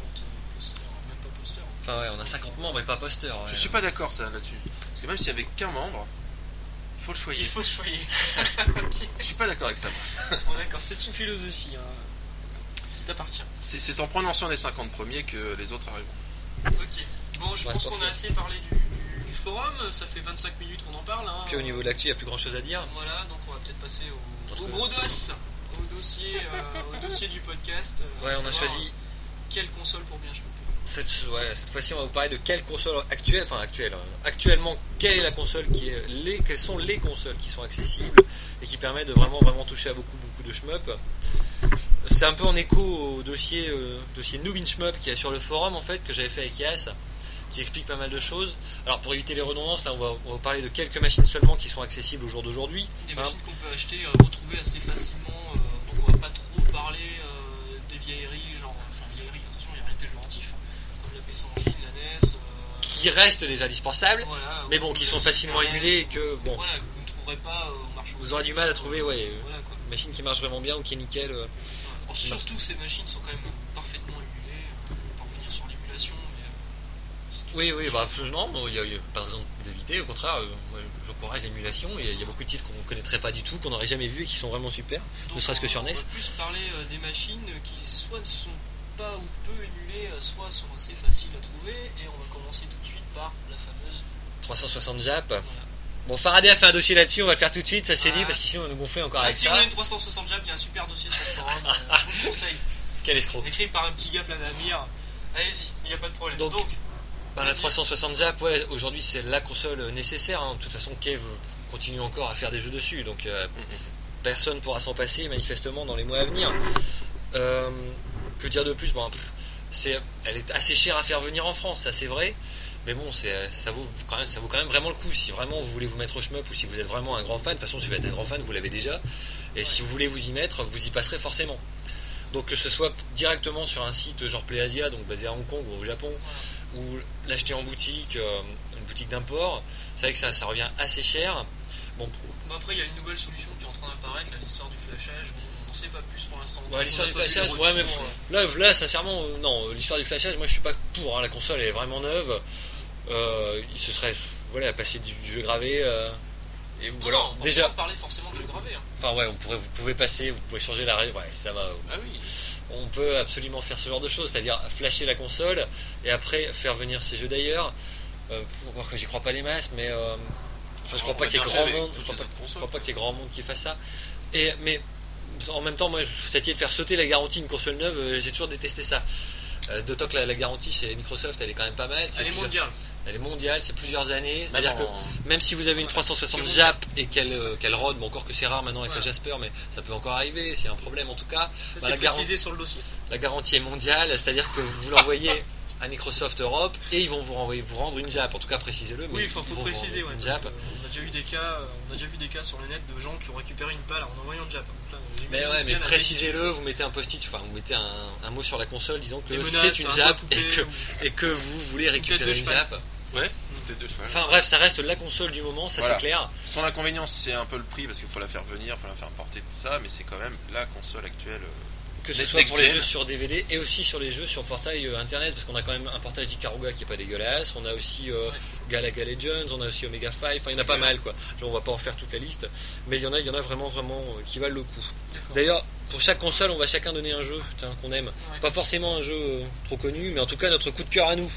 Speaker 1: posters, même pas posters. hein.
Speaker 2: Enfin, ouais, on a 50 membres et pas poster.
Speaker 3: Je suis pas d'accord ça là-dessus. Parce que même s'il y avait qu'un membre, il faut le
Speaker 1: Il
Speaker 3: choyer.
Speaker 1: faut choyer.
Speaker 3: Je suis pas d'accord avec ça. moi.
Speaker 1: bon, d'accord, c'est une philosophie hein, qui t'appartient.
Speaker 3: C'est c'est en prenant soin des 50 premiers que les autres arriveront.
Speaker 1: Ok. Bon, je
Speaker 2: Ouais,
Speaker 1: pense
Speaker 2: pas
Speaker 1: qu'on
Speaker 2: faux.
Speaker 1: a assez parlé du, du- du forum. Ça fait 25 minutes qu'on en parle. hein. Euh,
Speaker 2: Puis au niveau de l'actu, il n'y a plus grand chose à dire.
Speaker 1: Voilà, donc on va peut-être passer
Speaker 2: Parce
Speaker 1: au, au
Speaker 2: que-
Speaker 1: gros dos. Au dossier, euh, au dossier du podcast. euh,
Speaker 2: Ouais,
Speaker 1: à
Speaker 2: on a
Speaker 1: savoir,
Speaker 2: choisi.
Speaker 1: euh, Quelle console pour bien jouer
Speaker 2: Cette, ouais, cette fois-ci, on va vous parler de quelle console actuelle, enfin actuelle, hein, actuellement, quelle est la console qui est les, quelles sont les consoles qui sont accessibles et qui permettent de vraiment vraiment toucher à beaucoup beaucoup de shmup. c'est un peu en écho au dossier, euh, dossier Noob in Shmup qu'il y a sur le forum en fait que j'avais fait avec IAS qui explique pas mal de choses. Alors pour éviter les redondances, là on va, on va parler de quelques machines seulement qui sont accessibles au jour d'aujourd'hui.
Speaker 1: Des
Speaker 2: hein.
Speaker 1: machines qu'on peut acheter et retrouver assez facilement. euh, donc on va pas trop parler euh, des vieilleries, genre. Enfin, vieilleries, attention, il n'y a rien de péjoratif. hein, comme la P100J, la NES. euh,
Speaker 2: qui restent des indispensables,
Speaker 1: voilà,
Speaker 2: mais
Speaker 1: ou
Speaker 2: bon qui
Speaker 1: la
Speaker 2: sont
Speaker 1: Super
Speaker 2: facilement
Speaker 1: NES,
Speaker 2: émulés et
Speaker 1: ou-
Speaker 2: que bon
Speaker 1: Voilà, que vous ne trouverez pas euh, au marché.
Speaker 2: vous aurez du mal à trouver ouais, euh,
Speaker 1: Voilà, quoi.
Speaker 2: une machine qui marche vraiment bien ou qui est nickel. euh.
Speaker 1: Alors, surtout, ces machines sont quand même parfaitement émulées. euh, On peut revenir sur l'émulation, mais. euh, c'est tout.
Speaker 2: Oui, oui, bah, non, non, il n'y a, il y a pas de raison d'éviter. Au contraire, euh, moi, j'encourage l'émulation. et Il y a beaucoup de titres qu'on ne connaîtrait pas du tout, qu'on n'aurait jamais vu et qui sont vraiment super.
Speaker 1: Donc,
Speaker 2: ne serait-ce que
Speaker 1: on-
Speaker 2: sur NES.
Speaker 1: On va plus parler euh, des machines qui soit ne sont pas ou peu émulées, euh, soit sont assez faciles à trouver. Et on va commencer tout de suite par la fameuse.
Speaker 2: 360 Jap. Bon, Faraday a fait un dossier là-dessus, on va le faire tout de suite, ça c'est
Speaker 1: Ah.
Speaker 2: dit, parce qu'ici on va nous gonfler encore
Speaker 1: Ah,
Speaker 2: avec
Speaker 1: si vous
Speaker 2: ça.
Speaker 1: avez une 360 Jap, il y a un super dossier sur le forum. euh, je vous le conseille.
Speaker 2: Quel escroc.
Speaker 1: Écrit par un petit gars plein d'avenir. Allez-y, il n'y a pas de problème.
Speaker 2: Donc,
Speaker 1: Donc,
Speaker 2: Ben, la
Speaker 1: Vas-y.
Speaker 2: 360 Jap, ouais, aujourd'hui c'est la console euh, nécessaire. hein. De toute façon, Kev continue encore à faire des jeux dessus, donc euh, personne pourra s'en passer manifestement dans les mois à venir. Euh, que dire de plus bon, pff, c'est, Elle est assez chère à faire venir en France, ça c'est vrai. Mais bon, c'est, euh, ça, vaut quand même, ça vaut quand même vraiment le coup. Si vraiment vous voulez vous mettre au shmup ou si vous êtes vraiment un grand fan, de toute façon, si vous êtes un grand fan, vous l'avez déjà. Et si vous voulez vous y mettre, vous y passerez forcément. Donc que ce soit directement sur un site genre PlayAsia, donc basé à Hong Kong ou au Japon, ou l'acheter en boutique, euh, une boutique d'import, c'est vrai que ça, ça revient assez cher. Bon,
Speaker 1: bon, après, il y a une nouvelle solution qui est en train d'apparaître, là, l'histoire du flashage. On n'en sait pas plus pour l'instant.
Speaker 2: Ouais, l'histoire
Speaker 1: On
Speaker 2: du
Speaker 1: n'a pas vu
Speaker 2: flashage,
Speaker 1: les
Speaker 2: ouais, mais
Speaker 1: retours,
Speaker 2: pff,
Speaker 1: euh,
Speaker 2: là, là, sincèrement, euh, non, euh, l'histoire du flashage, moi je suis pas pour, hein, la console elle est vraiment neuve. Euh, il se serait, voilà, passé du, du jeu gravé. euh, et voilà,
Speaker 1: non, non,
Speaker 2: déjà,
Speaker 1: euh, sans parler forcément de jeu gravé. hein.
Speaker 2: enfin ouais, on pourrait, vous pouvez passer, vous pouvez changer la ré- ouais, ça va.
Speaker 3: Ah oui,
Speaker 2: On peut absolument faire ce genre de choses, c'est-à-dire flasher la console et après faire venir ces jeux d'ailleurs. Euh, encore que j'y crois pas des masses, mais euh, enfin, je crois
Speaker 3: On
Speaker 2: pas
Speaker 3: va
Speaker 2: qu'il y ait
Speaker 3: bien
Speaker 2: grand
Speaker 3: faire
Speaker 2: monde,
Speaker 3: avec
Speaker 2: je
Speaker 3: toutes
Speaker 2: crois
Speaker 3: les
Speaker 2: pas
Speaker 3: autres
Speaker 2: Je
Speaker 3: consoles.
Speaker 2: crois pas qu'il y ait grand monde qui fasse ça. Et, mais en même temps, moi, cette idée de faire sauter la garantie d'une console neuve, euh, j'ai toujours détesté ça. Euh, D'autant que la, la garantie chez Microsoft, elle est quand même pas mal. c'est
Speaker 1: Allez,
Speaker 2: plusieurs-
Speaker 1: mondial.
Speaker 2: elle est mondiale, c'est plusieurs années. C'est-à-dire
Speaker 3: c'est-à-dire
Speaker 2: que même si vous avez une 360
Speaker 1: C'est
Speaker 2: Jap et qu'elle euh, qu'elle rôde, bon, encore que c'est rare maintenant avec
Speaker 1: Ouais.
Speaker 2: la Jasper, mais ça peut encore arriver, c'est un problème en tout cas.
Speaker 1: Ça,
Speaker 2: Bah,
Speaker 1: c'est
Speaker 2: la garantie-
Speaker 1: précisé sur le dossier. ça.
Speaker 2: La garantie est mondiale, c'est-à-dire que vous l'envoyez à Microsoft Europe et ils vont vous, renvoyer, vous rendre une Jap. En tout cas, précisez-le. mais
Speaker 1: Oui,
Speaker 2: ils
Speaker 1: il faut,
Speaker 2: vont vous
Speaker 1: préciser.
Speaker 2: rendre
Speaker 1: Ouais,
Speaker 2: une
Speaker 1: parce
Speaker 2: Jap.
Speaker 1: que on, a déjà eu des cas, euh, on a déjà vu des cas sur le net de gens qui ont récupéré une palle en envoyant le Jap. Donc là, j'imagine
Speaker 2: Mais
Speaker 1: bien
Speaker 2: ouais, mais
Speaker 1: la
Speaker 2: précisez-le, vous mettez un post-it, enfin vous mettez un, un mot sur la console disant
Speaker 1: des
Speaker 2: que
Speaker 1: menaces,
Speaker 2: c'est une
Speaker 1: un
Speaker 2: Jap
Speaker 1: doigt
Speaker 2: et
Speaker 1: coupé,
Speaker 2: que,
Speaker 1: ou-
Speaker 2: et que vous voulez
Speaker 1: Une tête
Speaker 2: récupérer
Speaker 1: de
Speaker 2: une
Speaker 1: cheval.
Speaker 2: Jap.
Speaker 3: tête de cheval.
Speaker 2: Enfin bref, ça reste la console du moment, ça
Speaker 3: Voilà.
Speaker 2: c'est clair.
Speaker 3: Son inconvénient, c'est un peu le prix parce qu'il faut la faire venir, faut la faire porter, tout ça, mais c'est quand même la console actuelle. euh,
Speaker 2: Que ce
Speaker 3: Next-
Speaker 2: soit pour les
Speaker 3: next-gen.
Speaker 2: jeux sur DVD et aussi sur les jeux sur portail euh, internet, parce qu'on a quand même un portage d'Ikaruga qui est pas dégueulasse, on a aussi euh,
Speaker 1: Ouais.
Speaker 2: Galaga Legends, on a aussi Omega 5, enfin il y en a pas
Speaker 3: Ouais.
Speaker 2: mal quoi. Genre, on va pas en faire toute la liste, mais il y en a, il y en a vraiment vraiment euh, qui valent le coup. D'ailleurs, pour chaque console, on va chacun donner un jeu tiens, qu'on aime.
Speaker 1: Ouais.
Speaker 2: Pas forcément un jeu euh, trop connu, mais en tout cas notre coup de cœur à nous.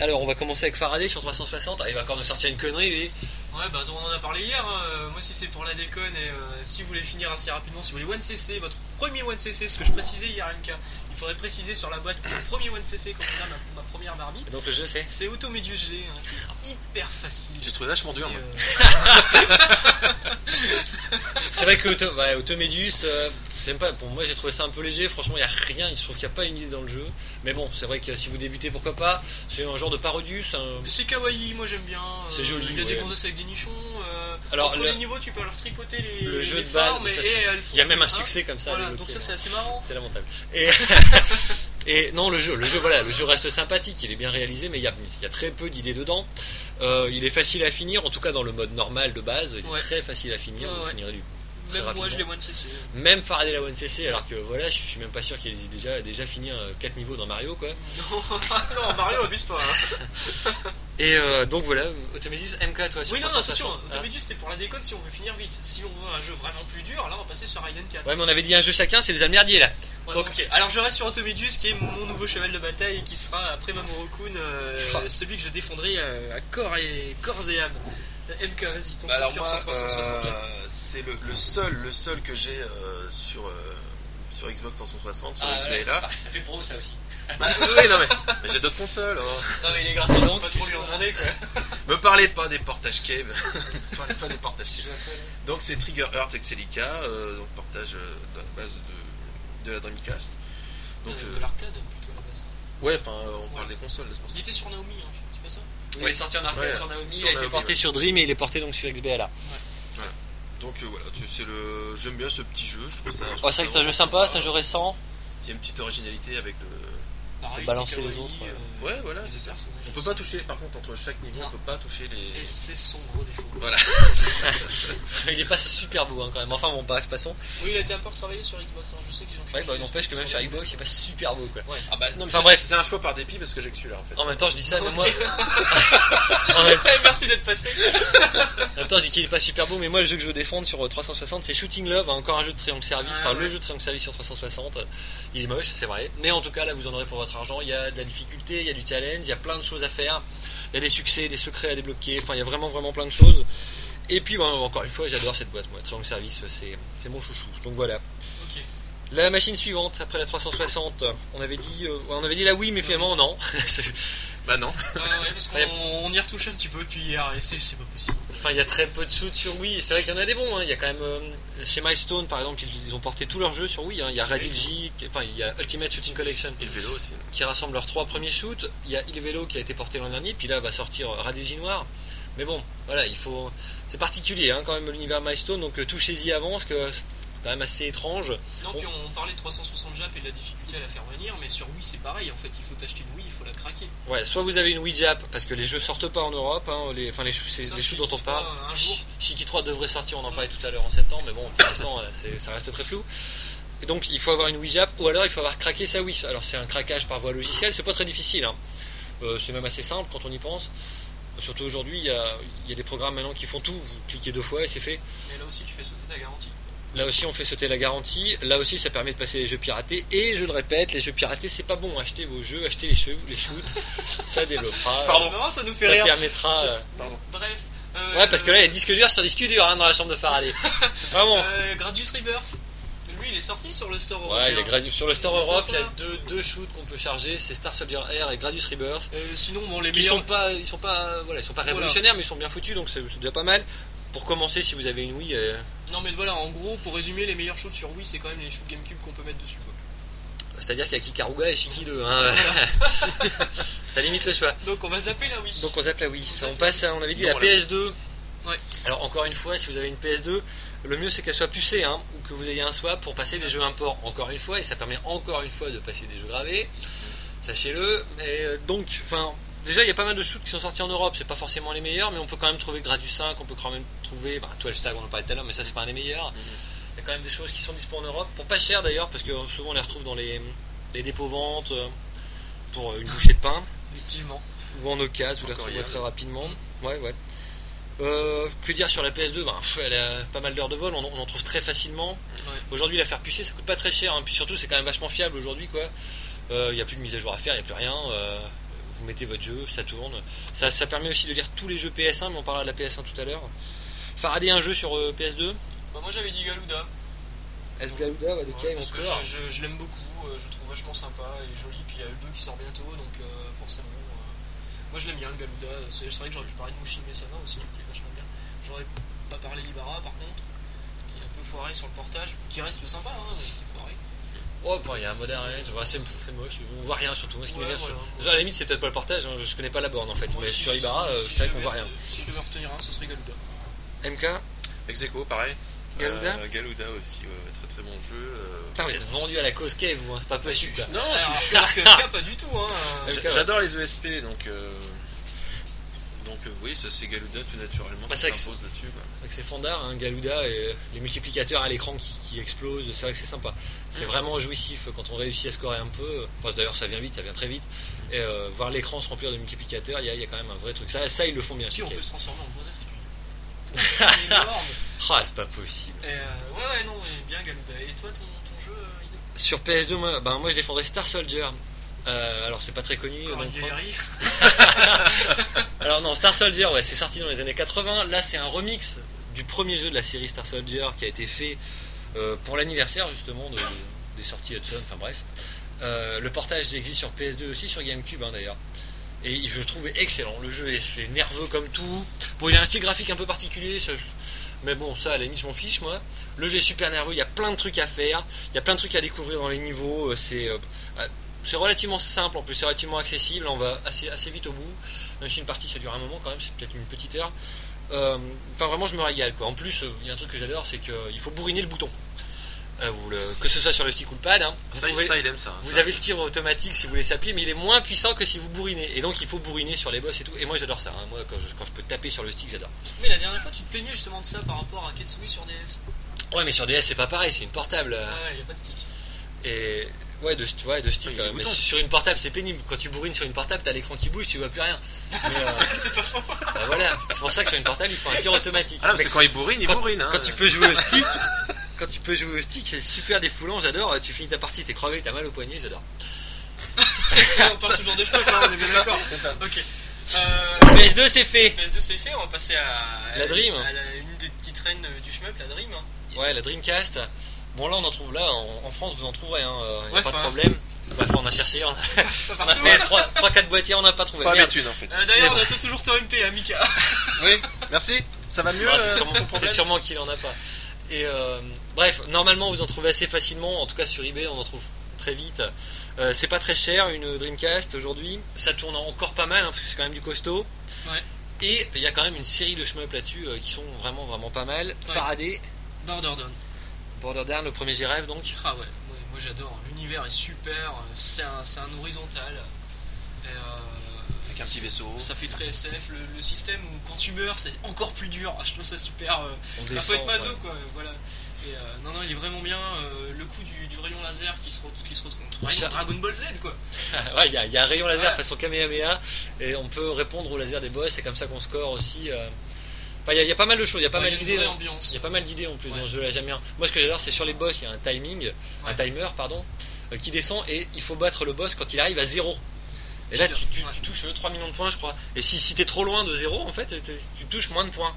Speaker 2: Alors, on va commencer avec Faraday sur 360. Ah, il va encore nous sortir une connerie, lui.
Speaker 1: Ouais, bah on en a parlé hier. hein. Euh, Moi, si c'est pour la déconne et euh, si vous voulez finir assez rapidement, si vous voulez 1cc, votre premier 1cc, ce que je précisais hier, MK, il faudrait préciser sur la boîte que le premier 1cc, quand on a ma, ma première Barbie,
Speaker 2: Et donc, le jeu, c'est
Speaker 1: c'est Automédius G, hein, qui est hyper facile.
Speaker 3: J'ai trouvé vachement dur.
Speaker 1: Et,
Speaker 3: moi.
Speaker 1: euh,
Speaker 2: C'est vrai que Auto, ouais, Automedius, euh, j'aime pas. Pour moi, j'ai trouvé ça un peu léger. Franchement, il n'y a rien. Il se trouve qu'il n'y a pas une idée dans le jeu. Mais bon, c'est vrai que si vous débutez, pourquoi pas. C'est un genre de parodius. un-
Speaker 1: C'est kawaii, moi j'aime bien. Euh,
Speaker 2: C'est joli,
Speaker 1: Il y a des
Speaker 2: ouais.
Speaker 1: gonzesses avec des nichons. euh,
Speaker 2: Alors,
Speaker 1: entre
Speaker 2: le-
Speaker 1: les niveaux, tu peux leur tripoter les.
Speaker 2: Le jeu
Speaker 1: les
Speaker 2: de
Speaker 1: phares,
Speaker 2: base,
Speaker 1: mais
Speaker 2: ça,
Speaker 1: et
Speaker 2: c'est-
Speaker 1: elles font
Speaker 2: il y a même un
Speaker 1: hein.
Speaker 2: succès comme ça.
Speaker 1: Voilà,
Speaker 2: le-
Speaker 1: donc
Speaker 2: qui-
Speaker 1: ça c'est assez marrant.
Speaker 2: C'est lamentable. Et, et non, le jeu, le jeu, voilà, le jeu reste sympathique, il est bien réalisé, mais il y a, il y a très peu d'idées dedans. Euh, il est facile à finir, en tout cas dans le mode normal de base, il
Speaker 1: Ouais.
Speaker 2: est très facile à finir.
Speaker 1: Ouais,
Speaker 2: vous
Speaker 1: ouais.
Speaker 2: finirez du- très
Speaker 1: Même moi
Speaker 2: rapidement.
Speaker 1: je les moins de CC.
Speaker 2: Même Faraday la 1cc, alors que voilà, je suis même pas sûr qu'il existe déjà, déjà fini 4 niveaux dans Mario, quoi.
Speaker 1: Non, non, Mario abuse pas. hein.
Speaker 2: Et euh, donc voilà, Automedius, MK, toi, sur
Speaker 1: Oui, non, non,
Speaker 2: 360,
Speaker 1: attention,
Speaker 2: hein.
Speaker 1: Automedius c'était pour la déconne si on veut finir vite. Si on veut un jeu vraiment plus dur, là on va passer sur Raiden 4.
Speaker 2: Ouais, mais on avait dit un jeu chacun, c'est des almerdiers là.
Speaker 1: Ouais,
Speaker 2: donc-
Speaker 1: ok, alors je reste sur Automedius qui est mon nouveau cheval de bataille et qui sera après Mamoru Kun euh,
Speaker 2: Ah.
Speaker 1: celui que je défendrai euh, à corps et, corps et âme. MK, vas-y, ton
Speaker 3: Bah alors
Speaker 1: cœur
Speaker 3: moi,
Speaker 1: sur 360.
Speaker 3: euh, c'est le, le seul, le seul que j'ai euh, sur euh, sur Xbox 360, sur Xbox
Speaker 2: Ah, ouais,
Speaker 3: là.
Speaker 2: ça, ça fait pro ça aussi.
Speaker 3: Bah, oui, non mais, mais j'ai d'autres consoles. oh.
Speaker 1: Non, mais les graphismes,
Speaker 2: Donc,
Speaker 1: pas trop lui en demander quoi.
Speaker 3: Me parlez pas des portages cave. Me euh, parlez pas des portages cave. Donc c'est Trigger Earth Exelica, euh, donc portage euh, de la base de de la Dreamcast. Donc,
Speaker 1: de,
Speaker 3: euh,
Speaker 1: de l'arcade plutôt à la base.
Speaker 3: ouais, enfin, euh, on parle
Speaker 1: Ouais.
Speaker 3: des consoles, là, c'est pour ça.
Speaker 1: Il était sur Naomi, hein, c'est pas ça
Speaker 2: Il est sorti en arcade
Speaker 3: Ouais.
Speaker 2: sur Naomi,
Speaker 3: Sur
Speaker 2: il a été
Speaker 3: Naomi,
Speaker 2: porté
Speaker 3: ouais.
Speaker 2: sur Dream et il est porté donc sur XBLA.
Speaker 3: Donc euh, voilà, tu- c'est le, j'aime bien ce petit jeu. Je trouve ça. je trouve
Speaker 2: Oh, c'est vrai
Speaker 3: ça
Speaker 2: que c'est un jeu
Speaker 3: vraiment
Speaker 2: sympa, c'est un jeu récent.
Speaker 3: Il y a une petite originalité avec le.
Speaker 1: Pareil,
Speaker 2: balancer
Speaker 1: c'est
Speaker 2: les
Speaker 1: kawaii,
Speaker 2: autres,
Speaker 1: euh,
Speaker 3: Ouais, voilà,
Speaker 1: les
Speaker 3: c'est ça.
Speaker 1: personnages,
Speaker 3: On peut
Speaker 1: ils
Speaker 3: pas
Speaker 1: sont-
Speaker 3: toucher, par contre, entre chaque niveau,
Speaker 1: Non.
Speaker 3: on peut pas toucher les.
Speaker 1: Et c'est son gros défaut.
Speaker 2: il est pas super beau hein, quand même. Enfin bon, bref, passons.
Speaker 1: Oui, il a été un peu retravaillé sur Xbox, hein, je sais qu'ils ont changé.
Speaker 2: Ouais, bah, n'empêche que même sur Xbox, il est pas super beau quoi.
Speaker 3: Ah bah,
Speaker 2: non, mais
Speaker 3: c'est-
Speaker 2: enfin, bref.
Speaker 3: C'est un choix par dépit parce que j'ai que celui-là en fait.
Speaker 2: En même temps, je dis ça, mais moi,
Speaker 1: Ok.
Speaker 2: en même-
Speaker 1: Eh, Merci d'être passé.
Speaker 2: en même temps, je dis qu'il est pas super beau, mais moi, le jeu que je veux défendre sur euh, 360, c'est Shooting Love, hein, encore un jeu de Triangle Service,
Speaker 1: Ah,
Speaker 2: enfin le
Speaker 1: ouais.
Speaker 2: jeu de Triangle Service sur 360. euh, Il est moche, c'est vrai, mais en tout cas, là, vous en aurez pour votre argent. Il y a de la difficulté, il y a du challenge, il y a plein de choses à faire, il y a des succès, des secrets à débloquer, enfin, il y a vraiment, vraiment plein de choses. Et puis, bah, encore une fois, j'adore cette boîte, moi. Triangle Service, euh, c'est c'est mon chouchou. Donc voilà.
Speaker 1: Ok.
Speaker 2: La machine suivante, après la 360, euh, on avait dit, euh, on avait dit la oui, mais finalement, non. C'est-
Speaker 3: Bah non.
Speaker 1: Ah ouais, parce qu'on
Speaker 2: Ouais.
Speaker 1: on y retouche un petit peu depuis hier, et c'est c'est pas possible.
Speaker 2: Enfin, il y a très peu de shoots sur Wii. C'est vrai qu'il y en a des bons. hein. Il y a quand même euh, chez Milestone, par exemple, ils, ils ont porté tous leurs jeux sur Wii. hein. Il y a Radigy, qui- enfin, il y a Ultimate Shooting Collection
Speaker 3: Et le vélo aussi. non.
Speaker 2: qui rassemble leurs trois premiers shoots. Il y a Il Velo qui a été porté l'an dernier, puis là va sortir Radigy Noir. Mais bon, voilà, il faut. C'est particulier hein, quand même l'univers Milestone, donc euh, touchez-y avant, parce que c'est quand même assez étrange.
Speaker 1: Non,
Speaker 2: Bon.
Speaker 1: puis on parlait de 360 Jap et de la difficulté à la faire venir, mais sur Wii c'est pareil. En fait, il faut t'acheter une Wii, il faut la craquer.
Speaker 2: Ouais, soit vous avez une Wii Jap, parce que les jeux sortent pas en Europe, hein, les, enfin les, shoots- c'est
Speaker 1: Sauf
Speaker 2: les shoots
Speaker 1: Shiki
Speaker 2: dont on parle.
Speaker 1: 3, hein, un jour.
Speaker 2: Ch- Shiki 3 devrait sortir, on en parlait tout à l'heure en septembre, mais bon, pour l'instant, euh, c'est- ça reste très flou. Et donc, il faut avoir une Wii Jap, ou alors il faut avoir craqué sa Wii. Alors, c'est un craquage par voie logicielle, c'est pas très difficile. hein. Euh, c'est même assez simple quand on y pense. Surtout aujourd'hui, il y a, il y a des programmes maintenant qui font tout. Vous cliquez deux fois et c'est fait.
Speaker 1: Mais là aussi, tu fais sauter ta garantie.
Speaker 2: Là aussi, on fait sauter la garantie. Là aussi, ça permet de passer les jeux piratés. Et je le répète, les jeux piratés, c'est pas bon. Achetez vos jeux, achetez les, jeux, les shoots. ça développera.
Speaker 1: C'est marrant, ça nous fait
Speaker 2: Ça
Speaker 1: rire.
Speaker 2: permettra. euh,
Speaker 1: Bref. euh,
Speaker 2: Ouais, parce que là, il y a disque dur sur disque dur hein, dans la chambre de Faraday. Vraiment.
Speaker 1: euh, Gradius Rebirth. Lui, il est sorti sur le store européen.
Speaker 2: Ouais, il y a Gradius- sur le store
Speaker 1: Il est
Speaker 2: Europe, il y a
Speaker 1: sympa.
Speaker 2: deux, deux shoots qu'on peut charger, c'est Star Soldier Air et Gradius Rebirth.
Speaker 1: Euh, sinon, bon, les
Speaker 2: Qui
Speaker 1: meilleurs.
Speaker 2: sont pas, ils sont pas, euh, voilà, ils sont pas
Speaker 1: Voilà.
Speaker 2: révolutionnaires, mais ils sont bien foutus, donc c'est c'est déjà pas mal. Pour commencer, si vous avez une Wii, euh,
Speaker 1: Non, mais voilà, en gros, pour résumer, les meilleurs shoots sur Wii, c'est quand même les shoots GameCube qu'on peut mettre dessus. quoi.
Speaker 2: c'est-à-dire qu'il y a Kikaruga et Shiki 2. hein. ça limite le choix.
Speaker 1: Donc, on va zapper la Wii.
Speaker 2: Donc on zappe la Wii. Ça, on passe, à, on avait dit
Speaker 3: Non, la-
Speaker 2: la PS2.
Speaker 1: Ouais.
Speaker 2: Alors encore une fois, si vous avez une PS2, le mieux c'est qu'elle soit pucée, hein, ou que vous ayez un swap pour passer des jeux import. Encore une fois, et ça permet encore une fois de passer des jeux gravés. Sachez-le. Et euh, donc, enfin, déjà il y a pas mal de shoots qui sont sortis en Europe. C'est pas forcément les meilleurs, mais on peut quand même trouver Gradus 5, on peut quand même trouver bah, 12 Stag, on en parlait tout à l'heure, mais ça c'est pas un des meilleurs.
Speaker 3: Mhm.
Speaker 2: Il y a quand même des choses qui sont disponibles en Europe pour pas cher d'ailleurs, parce que souvent on les retrouve dans les, les dépôts ventes euh, pour euh, une bouchée de pain
Speaker 1: Effectivement.
Speaker 2: ou en occasion, vous la
Speaker 3: Encore
Speaker 2: trouverez
Speaker 3: hier.
Speaker 2: très rapidement. Ouais, ouais. Euh, que dire sur la PS2 ben, pff, Elle a pas mal d'heures de vol, on, en- on en trouve très facilement. Aujourd'hui, la faire pucer, ça coûte pas très cher. hein. Puis surtout, c'est quand même vachement fiable aujourd'hui. quoi. Il n'y a plus de mise à jour à faire, il n'y a plus rien. euh, vous mettez votre jeu, ça tourne. Ça, ça permet aussi de lire tous les jeux PS1, mais on parlera de la PS1 tout à l'heure. Faraday, un jeu sur euh, PS2
Speaker 1: Bah, moi, j'avais dit Galuda.
Speaker 2: Est-ce de
Speaker 1: Ouais, parce que je, je- je l'aime beaucoup, euh, je le trouve vachement sympa et joli. Puis il y a le 2 qui sort bientôt, donc euh, forcément. euh, moi je l'aime bien, le Galuda. C'est c'est vrai que j'aurais pu parler de Mushin Mesama aussi, qui est vachement bien. J'aurais pas parlé d'Ibara par contre, qui est un peu foiré sur le portage, qui reste sympa, hein, mais qui est foiré.
Speaker 2: Oh, enfin, il y a un mode arrange, ouais, c'est c'est moche, on voit rien surtout. Moi, ce qui
Speaker 1: Ouais,
Speaker 2: m'énerve,
Speaker 1: voilà.
Speaker 2: c'est- Déjà, à la limite, c'est peut-être pas le portage, hein, je connais pas la borne en fait.
Speaker 1: Moi,
Speaker 2: mais
Speaker 1: si-
Speaker 2: sur Ibarra,
Speaker 1: si-
Speaker 2: euh,
Speaker 1: si
Speaker 2: c'est vrai
Speaker 1: je
Speaker 2: qu'on
Speaker 1: devais
Speaker 2: voit
Speaker 1: rete-
Speaker 2: rien. Ah,
Speaker 1: Si je devais retenir un, ce serait Galuda.
Speaker 2: MK
Speaker 3: Execo, pareil.
Speaker 2: Galuda
Speaker 3: Euh, Galuda aussi, ouais, ouais, très très bon jeu. euh,
Speaker 2: Putain, vous êtes vendu à la cause cave, vous, hein, c'est pas possible. quoi.
Speaker 3: Non,
Speaker 1: Alors,
Speaker 3: je suis-
Speaker 1: alors que K, pas du tout, hein. euh,
Speaker 2: Ouais.
Speaker 3: j'a-
Speaker 2: Galuda,
Speaker 3: j'adore les ESP donc. euh, Donc euh, oui, ça c'est Galuda tout naturellement.
Speaker 2: Bah,
Speaker 3: qui
Speaker 2: c'est vrai que
Speaker 3: s'impose là-dessus. quoi.
Speaker 2: C'est vrai que c'est Fandard, hein, Galuda, et les multiplicateurs à l'écran qui, qui explosent, c'est vrai que c'est sympa. C'est vraiment jouissif euh, quand on réussit à scorer un peu. euh, Enfin, D'ailleurs, ça vient vite, ça vient très vite. Et euh, voir l'écran se remplir de multiplicateurs, il y, a- il y a quand même un vrai truc. Ça, ça ils le font bien.
Speaker 1: Si on
Speaker 2: chez
Speaker 1: peut
Speaker 2: Cave.
Speaker 1: se transformer en gros c'est énorme.
Speaker 2: Ah, c'est pas possible.
Speaker 1: Et, euh, ouais, ouais, non, mais bien Galuda. Et toi, ton, ton jeu, euh, Ido
Speaker 2: Sur PS2, moi, ben, moi je défendrais Star Soldier. Euh, alors, c'est pas très connu.
Speaker 1: Encore
Speaker 2: donc,
Speaker 1: une vieillerie.
Speaker 2: Alors non, Star Soldier, ouais, c'est sorti dans les années 80. Là, c'est un remix du premier jeu de la série Star Soldier qui a été fait euh, pour l'anniversaire justement de- de- des sorties Hudson. Enfin bref, Euh, le portage existe sur PS2 aussi, sur GameCube hein, d'ailleurs. Et je le trouve excellent. Le jeu est, est nerveux comme tout. Bon, il a un style graphique un peu particulier. ça- Mais bon, ça, à la limite, je m'en fiche, moi. Le jeu est super nerveux, il y a plein de trucs à faire, il y a plein de trucs à découvrir dans les niveaux. euh, C'est euh, euh, c'est relativement simple, en plus, c'est relativement accessible, on va assez, assez vite au bout. Même si une partie, ça dure un moment quand même, c'est peut-être une petite heure. Euh, Enfin, vraiment, je me régale, quoi. En plus, euh, il y a un truc que j'adore, c'est qu'il faut bourriner le bouton. Euh, vous le- que ce soit sur le stick ou le pad, hein. Vous
Speaker 3: Ça, il-
Speaker 2: pouvez-
Speaker 3: ça, il aime ça.
Speaker 2: vous
Speaker 3: Ça,
Speaker 2: avez le tir automatique si vous voulez s'appuyer, mais il est moins puissant que si vous bourrinez. Et donc il faut bourriner sur les boss et tout. Et moi j'adore ça. hein. Moi quand je, quand je peux taper sur le stick, j'adore.
Speaker 4: Mais la dernière fois, tu te plaignais justement de ça par rapport à Ketsumi sur DS.
Speaker 2: Ouais, mais sur DS c'est pas pareil, c'est une portable. euh.
Speaker 4: Ah ouais, y a pas de stick.
Speaker 2: Et ouais, de, tu vois, de stick.
Speaker 3: Oui, il y a
Speaker 2: euh,
Speaker 3: des
Speaker 2: mais
Speaker 3: boutons.
Speaker 2: sur une portable c'est pénible. Quand tu bourrines sur une portable, t'as l'écran qui bouge, tu vois plus rien. Mais, euh,
Speaker 4: c'est pas faux.
Speaker 2: bah voilà, c'est pour ça que sur une portable il faut un tir automatique.
Speaker 3: Ah non, mais c'est quand il bourrine, il
Speaker 2: quand-
Speaker 3: bourrine. hein.
Speaker 2: Quand tu peux jouer au stick, quand tu peux jouer au stick, c'est super défoulant, j'adore. Tu finis ta partie, t'es crevé, t'as mal au poignet, j'adore.
Speaker 4: on parle toujours de cheveux, quoi, on est bien d'accord. Ok. Euh,
Speaker 2: PS2 c'est fait.
Speaker 4: PS2 c'est fait, on va passer à
Speaker 2: La Dream.
Speaker 4: à la- une des petites reines euh, du shmup, la Dream. hein.
Speaker 2: Ouais, la Dreamcast. Bon, là, on en trouve là. En, en France, vous en trouverez. Hein, euh, y a
Speaker 4: Ouais,
Speaker 2: pas de
Speaker 4: enfin, hein.
Speaker 2: problème. Bref, on a cherché. On a,
Speaker 4: Pas
Speaker 2: on a
Speaker 4: partout. hein.
Speaker 2: fait 3-4 boîtiers, on n'a pas trouvé.
Speaker 5: Pas à
Speaker 2: Merde.
Speaker 5: Béthune en fait.
Speaker 4: Euh, D'ailleurs, on attend toujours ton MP, hein, Mika.
Speaker 5: Oui, merci. Ça va mieux
Speaker 2: Ah, c'est
Speaker 5: euh,
Speaker 2: sûrement,
Speaker 5: ton
Speaker 2: c'est
Speaker 5: problème
Speaker 2: sûrement qu'il en a pas. Et euh, bref, normalement, vous en trouvez assez facilement. En tout cas, sur eBay, on en trouve très vite. Euh, c'est pas très cher une Dreamcast aujourd'hui. Ça tourne encore pas mal hein, parce que c'est quand même du costaud.
Speaker 4: Ouais.
Speaker 2: Et il y a quand même une série de shmup là-dessus euh, qui sont vraiment vraiment pas mal. Faraday,
Speaker 4: Borderdown.
Speaker 2: Borderdown, le premier j'y rêve donc.
Speaker 4: Ah ouais, moi, moi j'adore. L'univers est super, euh, c'est un, c'est un horizontal. Et, euh,
Speaker 5: Avec un petit vaisseau.
Speaker 4: ça fait très SF. Le, le système où quand tu meurs, c'est encore plus dur. Je trouve ça super. euh,
Speaker 2: On
Speaker 4: Il faut
Speaker 2: descend,
Speaker 4: être maso
Speaker 2: ouais.
Speaker 4: quoi, voilà. Et, euh, non, non, il est vraiment bien. euh, le coup du, du rayon laser qui se, re- qui se retrouve. Rayon
Speaker 2: Ça-
Speaker 4: Dragon Ball Z quoi.
Speaker 2: Ah Ouais, il y, a- il y a un rayon laser
Speaker 4: Ouais.
Speaker 2: façon Kamehameha et on peut répondre au laser des boss, c'est comme ça qu'on score aussi. euh. Enfin, il y, a- il y a pas mal de choses, il y a pas
Speaker 4: Ouais,
Speaker 2: mal
Speaker 4: il y a une
Speaker 2: d'idées. hein.
Speaker 4: vraie
Speaker 2: dans-
Speaker 4: ambiance.
Speaker 2: Il y a pas mal d'idées en plus
Speaker 4: Ouais.
Speaker 2: dans le jeu, là, j'aime bien. Moi, ce que j'adore, c'est sur les boss, il y a un timing, un
Speaker 4: Ouais.
Speaker 2: timer, pardon, euh, qui descend et il faut battre le boss quand il arrive à zéro. Et là, tu, tu-
Speaker 4: Ouais.
Speaker 2: tu touches euh, 3 millions de points, je crois. Et si, si t'es trop loin de zéro, en fait, t'es- tu touches moins de points.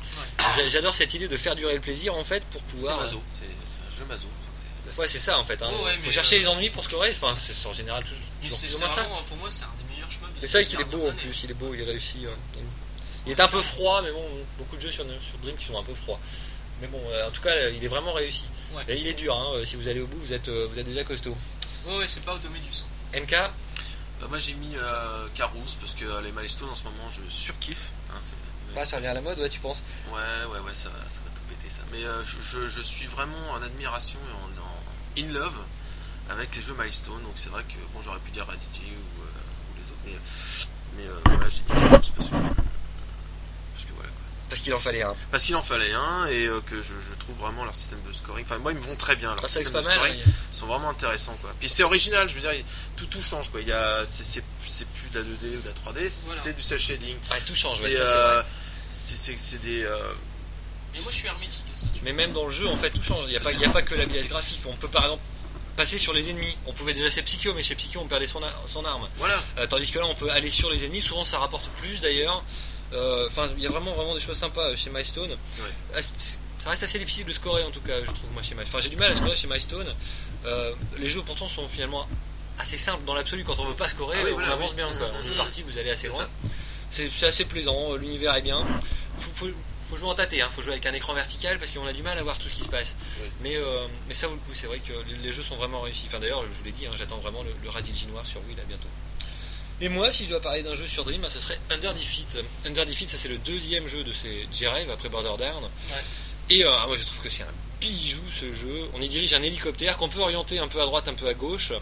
Speaker 2: J'a- J'adore cette idée de faire durer le plaisir, en fait, pour
Speaker 3: C'est
Speaker 2: pouvoir.
Speaker 3: maso. C'est c'est un jeu maso.
Speaker 2: Ouais, c'est ça, en fait. hein.
Speaker 4: Ouais, ouais,
Speaker 2: faut
Speaker 4: mais,
Speaker 2: chercher
Speaker 4: euh,
Speaker 2: les ennuis pour scorer. Enfin, c'est c'est en général tout.
Speaker 4: Mais
Speaker 2: toujours
Speaker 4: c'est
Speaker 2: plus ou
Speaker 4: c'est
Speaker 2: moins ça.
Speaker 4: vraiment, pour moi, c'est un des meilleurs chemins de
Speaker 2: C'est ça
Speaker 4: ces
Speaker 2: qu'il est beau en
Speaker 4: dernières années.
Speaker 2: plus, il est beau, il est réussi. ouais. Il est un peu froid, mais bon, beaucoup de jeux sur, sur Dream qui sont un peu froids. Mais bon, euh, en tout cas, euh, il est vraiment réussi.
Speaker 4: Ouais.
Speaker 2: Et il est dur, hein, euh, si vous allez au bout, vous êtes, euh, vous êtes déjà costaud.
Speaker 4: Ouais, ouais, c'est pas Automedus. hein.
Speaker 2: MK,
Speaker 3: Bah, moi j'ai mis euh, Carouse parce que euh, les milestones en ce moment je surkiffe. hein, c'est-
Speaker 2: bah, ça revient à la mode, ouais, tu penses
Speaker 3: Ouais, ouais, ouais, ça, va- ça va tout péter ça. Mais euh, je, je- je suis vraiment en admiration et en, en- in love avec les jeux milestone. Donc c'est vrai que bon, j'aurais pu dire Radigi ou, euh, ou les autres, mais, mais euh, voilà, j'ai dit Carouse parce que, parce que voilà. quoi.
Speaker 2: Parce qu'il en fallait un.
Speaker 3: Parce qu'il en fallait un et euh, que je, je trouve vraiment leur système de scoring. Enfin, moi ils me vont très bien. Leur
Speaker 2: ça c'est
Speaker 3: système
Speaker 2: pas
Speaker 3: de
Speaker 2: mal.
Speaker 3: scoring
Speaker 2: hein.
Speaker 3: sont vraiment intéressants quoi. Puis c'est original, je veux dire, il- tout tout change quoi. Il y a c'est- c'est c'est plus de la 2D ou de la 3D,
Speaker 4: Voilà.
Speaker 3: c'est du cel shading.
Speaker 2: Ouais, tout change, ouais,
Speaker 3: C'est,
Speaker 2: ça c'est
Speaker 3: euh,
Speaker 2: vrai.
Speaker 3: c'est- c'est c'est des euh,
Speaker 4: Et moi, je suis hermétique à ça. tu
Speaker 2: Mais même dans le jeu, en fait, tout change. Il n'y a, pas- il y a pas que l'habillage graphique. On peut par exemple passer sur les ennemis. On pouvait déjà chez Psycho, mais chez Psycho, on perdait son a- son arme.
Speaker 3: voilà.
Speaker 2: Euh, tandis que là, on peut aller sur les ennemis. Souvent, ça rapporte plus d'ailleurs. Euh, Enfin, il y a vraiment, vraiment des choses sympas euh, chez Milestone. Ah, c- c- Ça reste assez difficile de scorer en tout cas, je trouve, moi, chez Milestone. Enfin, j'ai du mal à scorer chez Milestone. Euh, les jeux pourtant sont finalement assez simples dans l'absolu. Quand on veut pas scorer,
Speaker 3: Ah oui,
Speaker 2: on
Speaker 3: voilà,
Speaker 2: avance
Speaker 3: oui.
Speaker 2: bien. Quoi.
Speaker 3: Mhm,
Speaker 2: En une
Speaker 3: mhm.
Speaker 2: partie, vous allez assez
Speaker 3: C'est
Speaker 2: loin.
Speaker 3: ça.
Speaker 2: C'est c'est assez plaisant, euh, l'univers est bien. Faut, faut- faut jouer en tâté, hein. faut jouer avec un écran vertical parce qu'on a du mal à voir tout ce qui se passe.
Speaker 3: Oui.
Speaker 2: Mais, euh, mais ça vaut le coup, c'est vrai que les- les jeux sont vraiment réussis. Enfin, D'ailleurs, je vous l'ai dit, hein, j'attends vraiment le, le Radigi Noir sur Wii là bientôt. Et moi, si je dois parler d'un jeu sur Dream, bah, ce serait Under Defeat. Under Defeat, ça c'est le deuxième jeu de ces J-Rave après Borderdown. Et euh, moi je trouve que c'est un bijou ce jeu. On y dirige un hélicoptère qu'on peut orienter un peu à droite, un peu à gauche.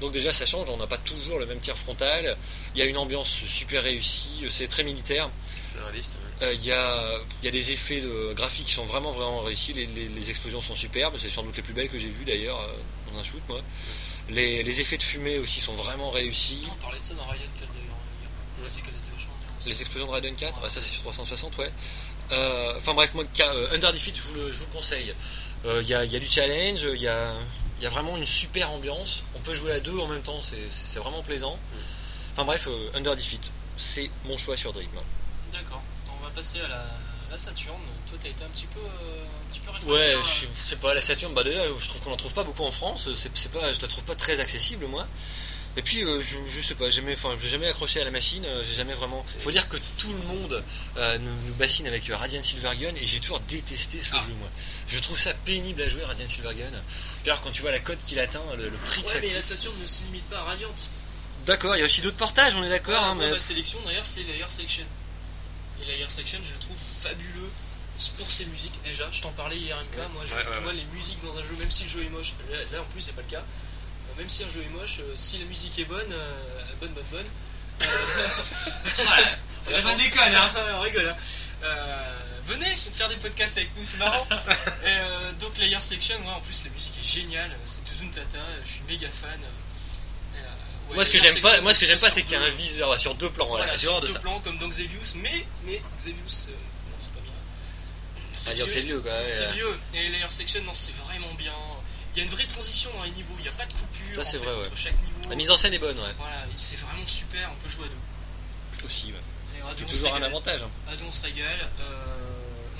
Speaker 2: Donc déjà ça change, on n'a pas toujours le même tir frontal. Il y a une ambiance super réussie, c'est très militaire.
Speaker 3: C'est réaliste. hein. ouais.
Speaker 2: Euh, Il y, a, il y a des effets de graphiques qui sont vraiment vraiment réussis. Les, les- les explosions sont superbes, c'est sans doute les plus belles que j'ai vues d'ailleurs euh, dans un shoot moi. Les, les effets de fumée aussi sont vraiment réussis.
Speaker 4: vois. On parlait de ça dans Ryan Cut d'ailleurs. Il y a
Speaker 3: Ouais.
Speaker 4: on dit qu'elle était vachement bien aussi.
Speaker 2: Les explosions de Raiden 4, bah ça c'est sur 360, ouais. Euh, Enfin bref, moi, Ka- euh, Under Defeat, je vous le, je vous le conseille. Euh, Il y, a, il y a du challenge, il y a, il y a vraiment une super ambiance. On peut jouer à deux en même temps, c'est- c'est c'est vraiment plaisant. Enfin bref, euh, Under Defeat, c'est mon choix sur Dream.
Speaker 4: D'accord. On va passer à la, la Saturne. Toi, t'as été un petit peu, euh, un petit peu
Speaker 2: Ouais,
Speaker 4: réfractaire,
Speaker 2: je
Speaker 4: euh,
Speaker 2: sais pas, la Saturn, bah déjà, je trouve qu'on en trouve pas beaucoup en France, c'est c'est pas, je la trouve pas très accessible moi. Et puis, euh, je, je sais pas, jamais, enfin, j'ai jamais accroché à la machine, euh, j'ai jamais vraiment. Faut dire que tout le monde euh, nous, nous bassine avec euh, Radiant Silvergun et j'ai toujours détesté
Speaker 1: Ah.
Speaker 2: ce jeu, moi. Je trouve ça pénible à jouer, Radiant Silvergun. D'ailleurs, quand tu vois la cote qu'il atteint, le, le prix que ça
Speaker 1: Ouais, mais
Speaker 2: coûte.
Speaker 1: la Saturn ne se limite pas à Radiant.
Speaker 2: D'accord, il y a aussi d'autres portages, on est d'accord,
Speaker 1: Voilà,
Speaker 2: hein,
Speaker 1: moi,
Speaker 2: mais-
Speaker 1: ma sélection d'ailleurs c'est la Air Section. Et la Air Section je le trouve fabuleux pour ses musiques déjà. Je t'en parlais hier MK, moi, je-
Speaker 3: Ouais, ouais,
Speaker 1: pour moi, les musiques dans un jeu, même si le jeu est moche, là, là, en plus c'est pas le cas, euh, même si un jeu est moche, euh, si la musique est bonne, euh, bonne bonne bonne. euh, voilà, on pas déconne, hein, on rigole. hein. Euh, venez faire des podcasts avec nous, c'est marrant. Et, euh, donc Layer Section, moi en plus la musique est géniale, c'est de Zun Tata, je suis méga fan. Euh, ouais,
Speaker 2: Moi, ce que
Speaker 1: Layer
Speaker 2: j'aime pas,
Speaker 1: Section,
Speaker 2: moi, ce que
Speaker 1: je
Speaker 2: j'aime pas,
Speaker 1: suis
Speaker 2: c'est qu'il y a
Speaker 1: surtout-
Speaker 2: un viseur là, sur deux plans. Voilà,
Speaker 1: voilà,
Speaker 2: j'ai
Speaker 1: sur
Speaker 2: horreur de
Speaker 1: deux
Speaker 2: ça.
Speaker 1: plans comme dans Xevious, mais, mais Xevious, euh, non, c'est pas bien.
Speaker 2: Ah, dire que c'est vieux, quoi. ouais,
Speaker 1: C'est
Speaker 2: euh,
Speaker 1: vieux. Et Layer Section, non, c'est vraiment bien. Il y a une vraie transition dans les niveaux, il n'y a pas de coupure
Speaker 2: Ça, c'est
Speaker 1: en fait,
Speaker 2: vrai, ouais.
Speaker 1: entre chaque niveau.
Speaker 2: La mise en scène est bonne, ouais.
Speaker 1: Voilà, et c'est vraiment super, on peut jouer à deux.
Speaker 2: Aussi, ouais.
Speaker 1: Et à deux,
Speaker 2: C'est
Speaker 1: on se
Speaker 2: toujours un
Speaker 1: régale.
Speaker 2: avantage. hein.
Speaker 1: à deux, on se régale. Euh,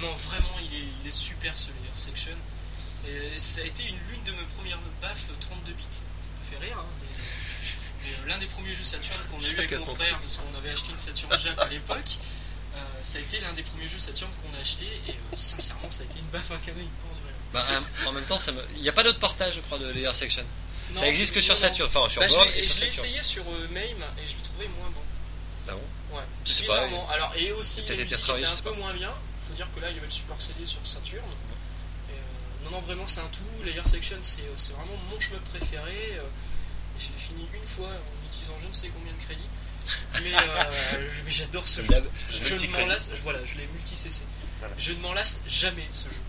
Speaker 1: non, vraiment, il est, il est super ce Layer Section. Et ça a été une l'une de mes premières baffes 32 bits. Ça me fait rire, hein, mais- mais, euh, l'un des premiers jeux Saturn qu'on a
Speaker 6: Ça
Speaker 1: eu avec
Speaker 6: casse
Speaker 1: mon
Speaker 6: ton
Speaker 1: frère, parce qu'on avait acheté une Saturn Jap à l'époque, euh, ça a été l'un des premiers jeux Saturn qu'on a acheté, et euh, sincèrement, ça a été une baffe incroyable.
Speaker 2: Bah, en- en même temps, ça me- il n'y a pas d'autre portage, je crois, de Layer Section. ça existe que sur Saturn, enfin sur
Speaker 1: Bah, je
Speaker 2: Board
Speaker 1: l'ai-
Speaker 2: et
Speaker 1: et
Speaker 2: sur
Speaker 1: je l'ai
Speaker 2: Saturn.
Speaker 1: essayé sur euh, MAME et je l'ai trouvé moins bon.
Speaker 2: Ah bon
Speaker 1: Ouais.
Speaker 2: Je sais pas,
Speaker 1: Bizarrement. Alors, et aussi,
Speaker 2: peut-être
Speaker 1: la
Speaker 2: été
Speaker 1: musique
Speaker 2: retravaillé,
Speaker 1: était
Speaker 2: je
Speaker 1: un
Speaker 2: sais
Speaker 1: peu moins bien. Faut dire que là, il y avait le support CD sur Saturn. Et, euh, non, non, vraiment, c'est un tout. Layer Section, c'est euh, c'est vraiment mon chemin préféré. euh, et je l'ai fini une fois en utilisant je ne sais combien de crédits. Mais, euh, mais j'adore ce jeu.
Speaker 2: Lab-
Speaker 1: Je,
Speaker 3: Le
Speaker 1: je
Speaker 3: petit
Speaker 1: ne m'en
Speaker 3: crédit.
Speaker 1: lasse, je- voilà, je l'ai multi-CC.
Speaker 3: Voilà.
Speaker 1: Je ne m'en lasse jamais de ce jeu.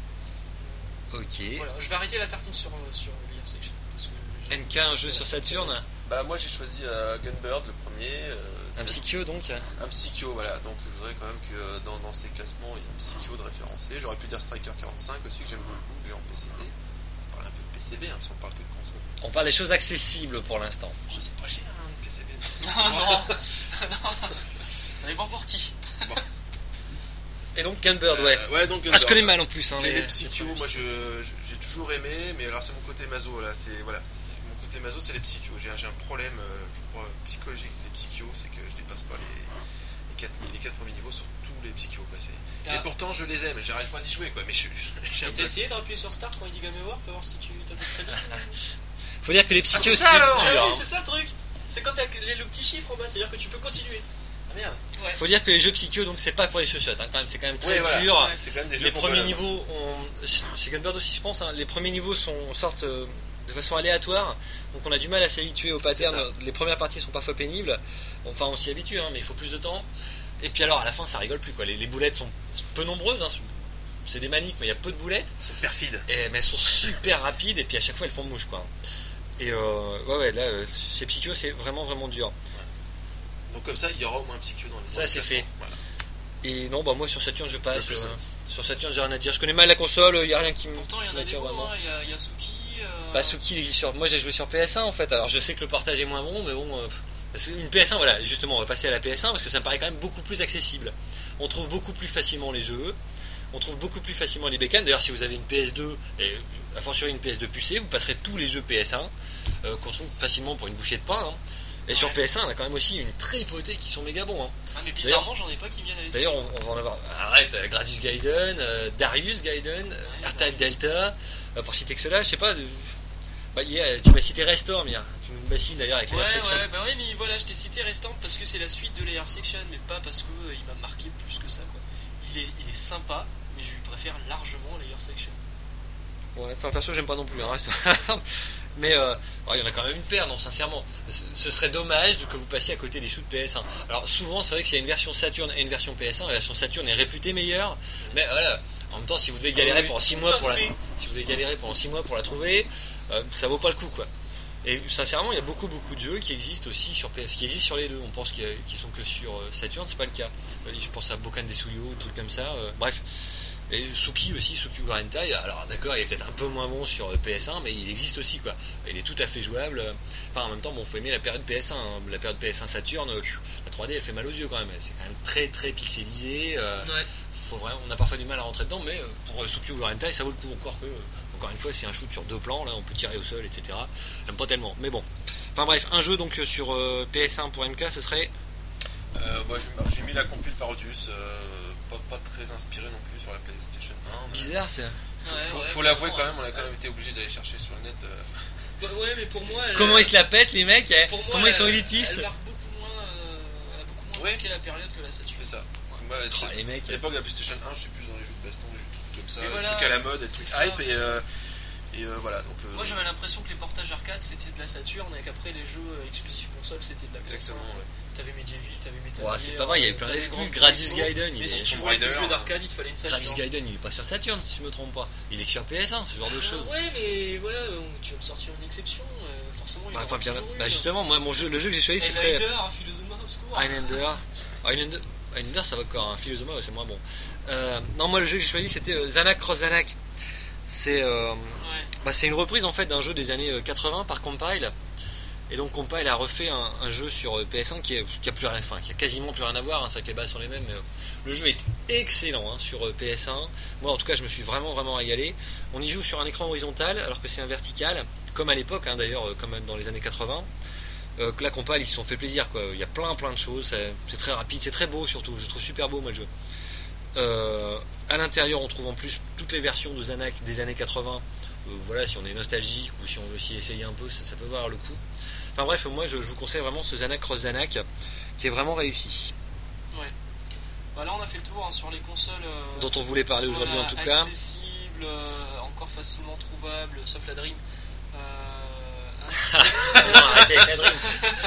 Speaker 2: Ok.
Speaker 1: Voilà, je vais arrêter la tartine sur, euh, sur Layer Section. Parce que j'ai-
Speaker 2: MK, un jeu sur Saturn.
Speaker 3: Bah, moi j'ai choisi euh, Gunbird le premier. euh,
Speaker 2: Un psychio donc.
Speaker 3: un Psycho, voilà. Donc je voudrais quand même que euh, dans, dans ces classements, il y ait un Psycho de référencé. J'aurais pu dire Striker 45 aussi, que j'aime beaucoup, que j'ai en PCB. On parle un peu de PCB, hein, si on parle que de console.
Speaker 2: On parle des choses accessibles pour l'instant.
Speaker 3: Oh, c'est pas cher, hein, le PCB.
Speaker 1: Ça dépend pour qui.
Speaker 2: Et donc Gunbird, ouais.
Speaker 3: Euh, ouais, donc
Speaker 2: Ah, je
Speaker 3: Gunbird.
Speaker 2: connais mal en plus. Hein,
Speaker 3: Mais les
Speaker 2: les-
Speaker 3: psychos, moi je- je- j'ai toujours aimé, mais alors c'est mon côté maso là, c'est voilà, c'est- mon côté maso c'est les psychos. J'ai un- j'ai un problème euh, je crois, psychologique des psychos, c'est que je dépasse pas les, les, quatre, les quatre premiers niveaux sur tous les psychos. Quoi. c'est-
Speaker 1: Ah.
Speaker 3: Et pourtant je les aime, j'arrête pas d'y jouer quoi, mais je je- j'ai un
Speaker 1: Et
Speaker 3: peu-
Speaker 1: T'as essayé de rappuyer sur Start quand il dit Game Over pour voir si tu as des crédits
Speaker 2: Faut dire que les psychos,
Speaker 3: c'est ça, alors
Speaker 2: dur,
Speaker 1: Ah oui,
Speaker 2: hein.
Speaker 1: c'est ça le truc. C'est quand t'as le, le petit chiffre en bas, c'est-à-dire que tu peux continuer.
Speaker 3: Ah, merde.
Speaker 1: Ouais.
Speaker 2: Faut dire que les jeux psychos, donc c'est pas pour les chuchotes, hein, quand même. C'est quand même
Speaker 3: Ouais,
Speaker 2: très
Speaker 3: voilà,
Speaker 2: dur.
Speaker 3: c'est- C'est quand même des
Speaker 2: Les
Speaker 3: jeux pour hein,
Speaker 2: premiers
Speaker 3: bonhomme.
Speaker 2: niveaux, on... chez Gunbird aussi, je pense, hein, les premiers niveaux sont sortent euh, de façon aléatoire, donc on a du mal à s'habituer au pattern.
Speaker 3: ça.
Speaker 2: Les premières parties sont parfois pénibles, enfin on s'y habitue, hein, mais il faut plus de temps. Et puis alors à la fin, ça rigole plus quoi. Les, les boulettes sont peu nombreuses, hein, c'est des maniques, mais il y a peu de boulettes,
Speaker 3: Ils sont perfides.
Speaker 2: et, mais elles sont super rapides, et puis à chaque fois elles font mouche quoi. Et euh, ouais, ouais, là, euh, chez Psycho, c'est vraiment vraiment dur.
Speaker 3: Donc comme ça, il y aura au moins un psycho dans le
Speaker 2: Ça,
Speaker 3: dans le
Speaker 2: c'est
Speaker 3: classement.
Speaker 2: fait.
Speaker 3: Voilà.
Speaker 2: Et non, bah moi sur Saturn, je
Speaker 3: Le
Speaker 2: passe.
Speaker 3: plus
Speaker 2: euh,
Speaker 3: simple.
Speaker 2: sur Saturn, j'ai rien à dire. Je connais mal la console, il n'y a rien qui me.
Speaker 1: Pourtant, il y en a des
Speaker 2: m'attire
Speaker 1: bons,
Speaker 2: vraiment.
Speaker 1: hein. il y a- il y a Suki. euh,
Speaker 2: Bah, Suki, il existe sur. Moi, j'ai joué sur PS1 en fait. Alors, je sais que le portage est moins bon, mais bon. euh, pff. Parce que Une PS1, voilà, justement, on va passer à la PS1 parce que ça me paraît quand même beaucoup plus accessible. On trouve beaucoup plus facilement les jeux, on trouve beaucoup plus facilement les bécanes. D'ailleurs, si vous avez une PS2 et à fortiori une PS2 pucée, vous passerez tous les jeux PS1 euh, qu'on trouve facilement pour une bouchée de pain. hein. Et sur
Speaker 1: Ouais.
Speaker 2: PS1, on a quand même aussi une tripotée qui sont méga bons. hein.
Speaker 1: Ah, mais bizarrement, j'en ai pas qui viennent à l'esprit.
Speaker 2: D'ailleurs, on, on va en avoir. Arrête, euh, Gradius Gaiden, euh, Darius Gaiden,
Speaker 1: Ouais,
Speaker 2: R-Type
Speaker 1: Darius.
Speaker 2: Delta, euh, pour citer que cela, je sais pas. euh, bah, il y a- tu m'as cité Restore, mais hein, tu nous bassines d'ailleurs avec
Speaker 1: Ouais,
Speaker 2: la section.
Speaker 1: ouais, bah oui, mais voilà, je t'ai cité Restant parce que c'est la suite de Layer Section, mais pas parce que euh, il m'a marqué plus que ça, quoi. Il est, il est sympa, mais je lui préfère largement Layer Section.
Speaker 2: Ouais, enfin, perso, j'aime pas non plus hein, Restore. mais euh, ouais, il y en a quand même une paire, non, sincèrement. Ce, ce serait dommage de- que vous passiez à côté des shoots PS1. Alors, souvent, c'est vrai que s'il y a une version Saturn et une version PS1, la version Saturn est réputée meilleure, mais voilà. En même temps, si vous devez galérer
Speaker 1: Ah, oui,
Speaker 2: pendant 6
Speaker 1: tout
Speaker 2: mois
Speaker 1: à
Speaker 2: pour la,
Speaker 1: fait.
Speaker 2: si vous devez galérer pendant 6 mois pour la trouver, euh, ça vaut pas le coup quoi. Et sincèrement, il y a beaucoup beaucoup de jeux qui existent aussi sur PS, qui existent sur les deux. On pense qu'il y a- qu'ils sont que sur euh, Saturn, c'est pas le cas. Euh, Je pense à Bokan des Suyo, des trucs comme ça. euh, bref. Et Suki aussi, Suki Urantai, alors d'accord, il est peut-être un peu moins bon sur euh, PS1, mais il existe aussi quoi. Il est tout à fait jouable. Enfin, en même temps, bon, faut aimer la période PS1. hein. La période PS1 Saturn, euh, pfiou, la 3D, elle fait mal aux yeux quand même. C'est quand même très très pixelisé. euh,
Speaker 1: Ouais.
Speaker 2: faut vraiment, on a parfois du mal à rentrer dedans, mais euh, pour euh, Suki ou Rentai, ça vaut le coup. Encore que, euh, encore une fois, c'est un shoot sur deux plans, là, on peut tirer au sol, etc. J'aime pas tellement, mais bon. Enfin bref, un jeu donc euh, sur euh, PS1 pour MK, ce serait.
Speaker 3: Euh, ouais, j'ai- j'ai mis la compile Parodius, euh, pas, pas très inspiré non plus sur la PlayStation 1. mais
Speaker 2: Bizarre ça.
Speaker 3: faut
Speaker 1: Ouais,
Speaker 3: faut-
Speaker 1: ouais,
Speaker 3: faut l'avouer quand
Speaker 1: vraiment,
Speaker 3: même, on a quand même été obligé d'aller chercher sur le net. euh,
Speaker 1: ouais. Bah, Ouais, mais pour moi. elle-
Speaker 2: Comment ils se la pètent les mecs eh
Speaker 1: pour moi,
Speaker 2: Comment ils sont
Speaker 1: elle-
Speaker 2: élitistes
Speaker 1: Elle marque beaucoup moins. euh, elle a beaucoup moins
Speaker 3: Ouais.
Speaker 1: marqué la période que la Saturn.
Speaker 3: C'était ça. Moi, à
Speaker 2: Oh, Les mecs.
Speaker 1: Euh,
Speaker 3: à l'époque de la PlayStation 1, je suis plus dans les jeux de baston, les jeux de trucs comme ça,
Speaker 1: Mais
Speaker 3: les
Speaker 1: voilà,
Speaker 3: trucs à la mode, les
Speaker 1: c'est
Speaker 3: trucs
Speaker 1: ça.
Speaker 3: hype et, euh, et, euh, voilà. Donc, euh,
Speaker 1: Moi j'avais l'impression que les portages arcade c'était de la Saturn et qu'après les jeux euh, exclusifs console c'était de la PS1.
Speaker 3: Exactement, ouais.
Speaker 1: T'avais Medieval, t'avais Metal
Speaker 2: Ouah,
Speaker 1: Gear,
Speaker 2: c'est pas vrai, il y avait plein
Speaker 1: t'avais
Speaker 2: d'exclus.
Speaker 1: Grand
Speaker 2: Gradis
Speaker 1: Turismo.
Speaker 2: Gaiden, il
Speaker 1: Mais
Speaker 2: est-
Speaker 1: si tu
Speaker 3: Tomb
Speaker 1: voulais du
Speaker 3: Raider,
Speaker 1: jeu
Speaker 3: hein.
Speaker 1: d'arcade, il te fallait une
Speaker 2: Travis
Speaker 1: Saturn.
Speaker 2: Gaiden, il est pas sur Saturn, si je me trompe pas. Il est que sur PS1, ce genre de
Speaker 1: Ah,
Speaker 2: choses.
Speaker 1: ouais, mais voilà, on- tu vas me sortir une exception. euh, forcément, il y
Speaker 2: Bah,
Speaker 1: aura
Speaker 2: enfin, bien-
Speaker 1: toujours eu,
Speaker 2: bah,
Speaker 1: euh,
Speaker 2: justement, moi, mon jeu, le jeu que j'ai choisi, ce serait Ah,
Speaker 1: Highlander, un hein, Philosophe Obscur.
Speaker 2: Highlander. Highlander, Highlander, ça va encore, un Philosoma, c'est moins bon. Euh, non, moi, le jeu que j'ai choisi, c'était euh, Zanak Cross Zanak. C'est euh,
Speaker 1: Ouais.
Speaker 2: bah, c'est une reprise en fait d'un jeu des années euh, 80 par Compile. Et donc Compile a refait un, un jeu sur euh, PS1 qui, est- qui a plus rien, enfin, qui a quasiment plus rien à voir. hein, c'est vrai que les bases sont les mêmes. Mais, euh, le jeu est excellent hein, sur euh, PS1. Moi, en tout cas, je me suis vraiment vraiment régalé. On y joue sur un écran horizontal alors que c'est un vertical, comme à l'époque hein, d'ailleurs, euh, comme dans les années 80. Euh, que là, Compile, ils se sont fait plaisir. Quoi. Il y a plein plein de choses. C'est- C'est très rapide, c'est très beau surtout. Je trouve super beau moi le jeu. Euh, à l'intérieur, on trouve en plus toutes les versions de Zanac des années 80. Euh, voilà, si on est nostalgique ou si on veut s'y essayer un peu, ça, ça peut valoir le coup. Enfin bref, moi je, je vous conseille vraiment ce Zanac Cross Zanac qui est vraiment réussi.
Speaker 1: Bah, là, on a fait le tour hein, sur les consoles. euh,
Speaker 2: Dont on voulait parler
Speaker 1: voilà,
Speaker 2: aujourd'hui en tout cas.
Speaker 1: Accessibles, euh, encore facilement trouvables, sauf la Dream. Euh, hein,
Speaker 2: Non, arrêtez avec la dream.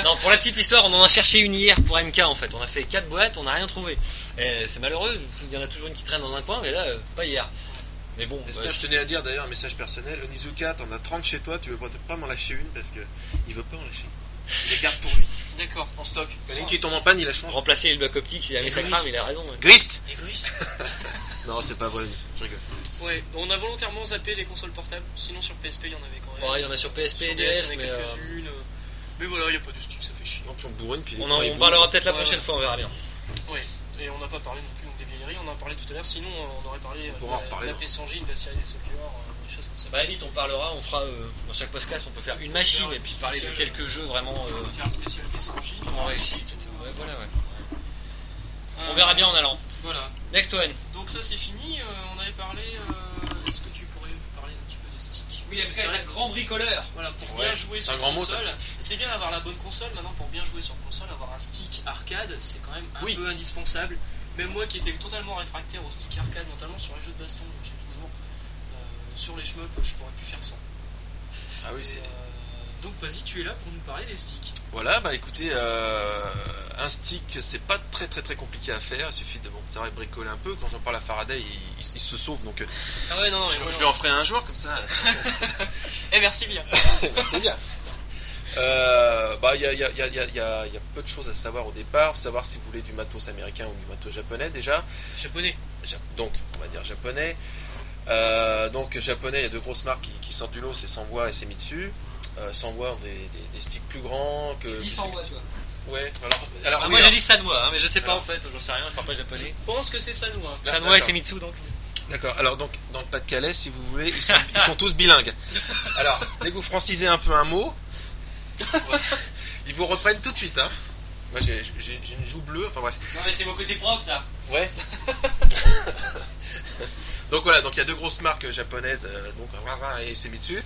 Speaker 2: Non, pour la petite histoire, on en a cherché une hier pour MK en fait. On a fait 4 boîtes, on n'a rien trouvé. Et C'est malheureux, il y en a toujours une qui traîne dans un coin, mais là, euh, pas hier. Mais bon,
Speaker 3: Est-ce
Speaker 2: bah,
Speaker 3: que je tenais à dire d'ailleurs un message personnel Onizuka, t'en as 30 chez toi, tu veux peut-être pas m'en lâcher une parce que il veut pas en lâcher. Il les garde pour lui,
Speaker 1: D'accord.
Speaker 3: en stock. Il y en a une qui tombe en panne, il la change.
Speaker 2: remplacer le bloc optique, s'il y avait ça crame,
Speaker 3: Égoïste.
Speaker 2: il a raison. ouais.
Speaker 3: Grist
Speaker 1: Égoïste.
Speaker 3: Non, c'est pas vrai, je rigole.
Speaker 1: ouais, on a volontairement zappé les consoles portables. Sinon, sur PSP, il y en avait quand même.
Speaker 2: Ouais, il y en a sur PSP
Speaker 1: Sur
Speaker 2: et
Speaker 1: DS, il y en
Speaker 2: DS,
Speaker 1: a
Speaker 2: mais euh,
Speaker 1: quelques-unes. euh, Mais voilà, il n'y a pas de stick, ça fait chier.
Speaker 3: Donc j'en bourrine, puis les
Speaker 2: on
Speaker 3: points,
Speaker 2: en
Speaker 3: ils
Speaker 2: on
Speaker 3: bougent.
Speaker 2: parlera peut-être la
Speaker 1: Ouais,
Speaker 2: prochaine
Speaker 1: ouais.
Speaker 2: fois, on verra bien.
Speaker 1: Ouais, et on n'a pas parlé non plus donc, des vieilleries, on en a parlé tout à l'heure, sinon euh, on aurait parlé euh,
Speaker 3: On pourra en
Speaker 1: de la-
Speaker 3: reparler,
Speaker 1: de la
Speaker 3: hein.
Speaker 1: P100J, de la série des Soldiers, euh, des choses comme ça.
Speaker 2: Bah, à la limite, on parlera, on fera euh, dans chaque podcast, on peut faire une machine et puis parler de quelques jeux vraiment. euh,
Speaker 1: on va faire un spécial P100J,
Speaker 2: Comment réussir
Speaker 1: etc.
Speaker 2: ouais, voilà, ouais.
Speaker 1: Euh,
Speaker 2: On verra bien en allant.
Speaker 1: Voilà,
Speaker 2: Next one.
Speaker 1: donc ça c'est fini, euh, on avait parlé, euh, est-ce que tu pourrais me parler un petit peu des sticks Parce que c'est vrai que,
Speaker 2: grand bricoleur.
Speaker 1: Voilà, pour
Speaker 3: Ouais,
Speaker 1: bien jouer
Speaker 3: c'est un
Speaker 1: sur
Speaker 3: grand mot, ça.
Speaker 1: console, c'est bien d'avoir la bonne console, maintenant pour bien jouer sur console, avoir un stick arcade, c'est quand même un
Speaker 3: Oui.
Speaker 1: peu indispensable. Même moi qui étais totalement réfractaire au stick arcade, notamment sur les jeux de baston, je le suis toujours euh, sur les shmups, je pourrais plus faire ça.
Speaker 3: Ah oui,
Speaker 1: Et,
Speaker 3: c'est.
Speaker 1: euh, donc vas-y, tu es là pour nous parler des sticks.
Speaker 3: Voilà, bah écoutez, euh, un stick, c'est pas très très très compliqué à faire. Il suffit de bon, c'est vrai, bricoler un peu. Quand j'en parle à Faraday, il, il- il se sauve. Donc, euh,
Speaker 1: Ah ouais, non, non,
Speaker 3: je, je lui en ferai un jour comme ça.
Speaker 1: Eh, merci bien.
Speaker 3: c'est bien. Euh, bah, il y a, il y a- il y a- il y a- il y a- il y a peu de choses à savoir au départ. Faut savoir si vous voulez du matos américain ou du matos japonais déjà.
Speaker 1: Japonais.
Speaker 3: Ja- Donc, on va dire japonais. Euh, donc, japonais, il y a deux grosses marques qui, qui sortent du lot, c'est Sanwa et c'est Mitsu. Euh, Sanwa ont des, des- des sticks plus grands que. Ouais. Alors, alors
Speaker 2: Ah,
Speaker 3: oui,
Speaker 2: moi
Speaker 3: alors-
Speaker 2: j'ai dit Sanois, hein, mais je sais pas
Speaker 3: Alors.
Speaker 2: en fait, j'en sais rien, je parle pas japonais.
Speaker 1: Je pense que c'est ça nous. hein.
Speaker 3: Là,
Speaker 2: Sanois et
Speaker 3: d'accord.
Speaker 2: Semitsu donc.
Speaker 3: D'accord, alors donc dans le Pas-de-Calais, si vous voulez, ils sont, ils sont tous bilingues. Alors, dès que vous francisez un peu un mot, ils vous reprennent tout de suite. Hein. Moi j'ai j'ai- j'ai une joue bleue, enfin bref.
Speaker 2: Non, mais c'est mon côté prof ça.
Speaker 3: Ouais. donc voilà, donc il y a deux grosses marques japonaises, euh, donc Rara et Semitsu.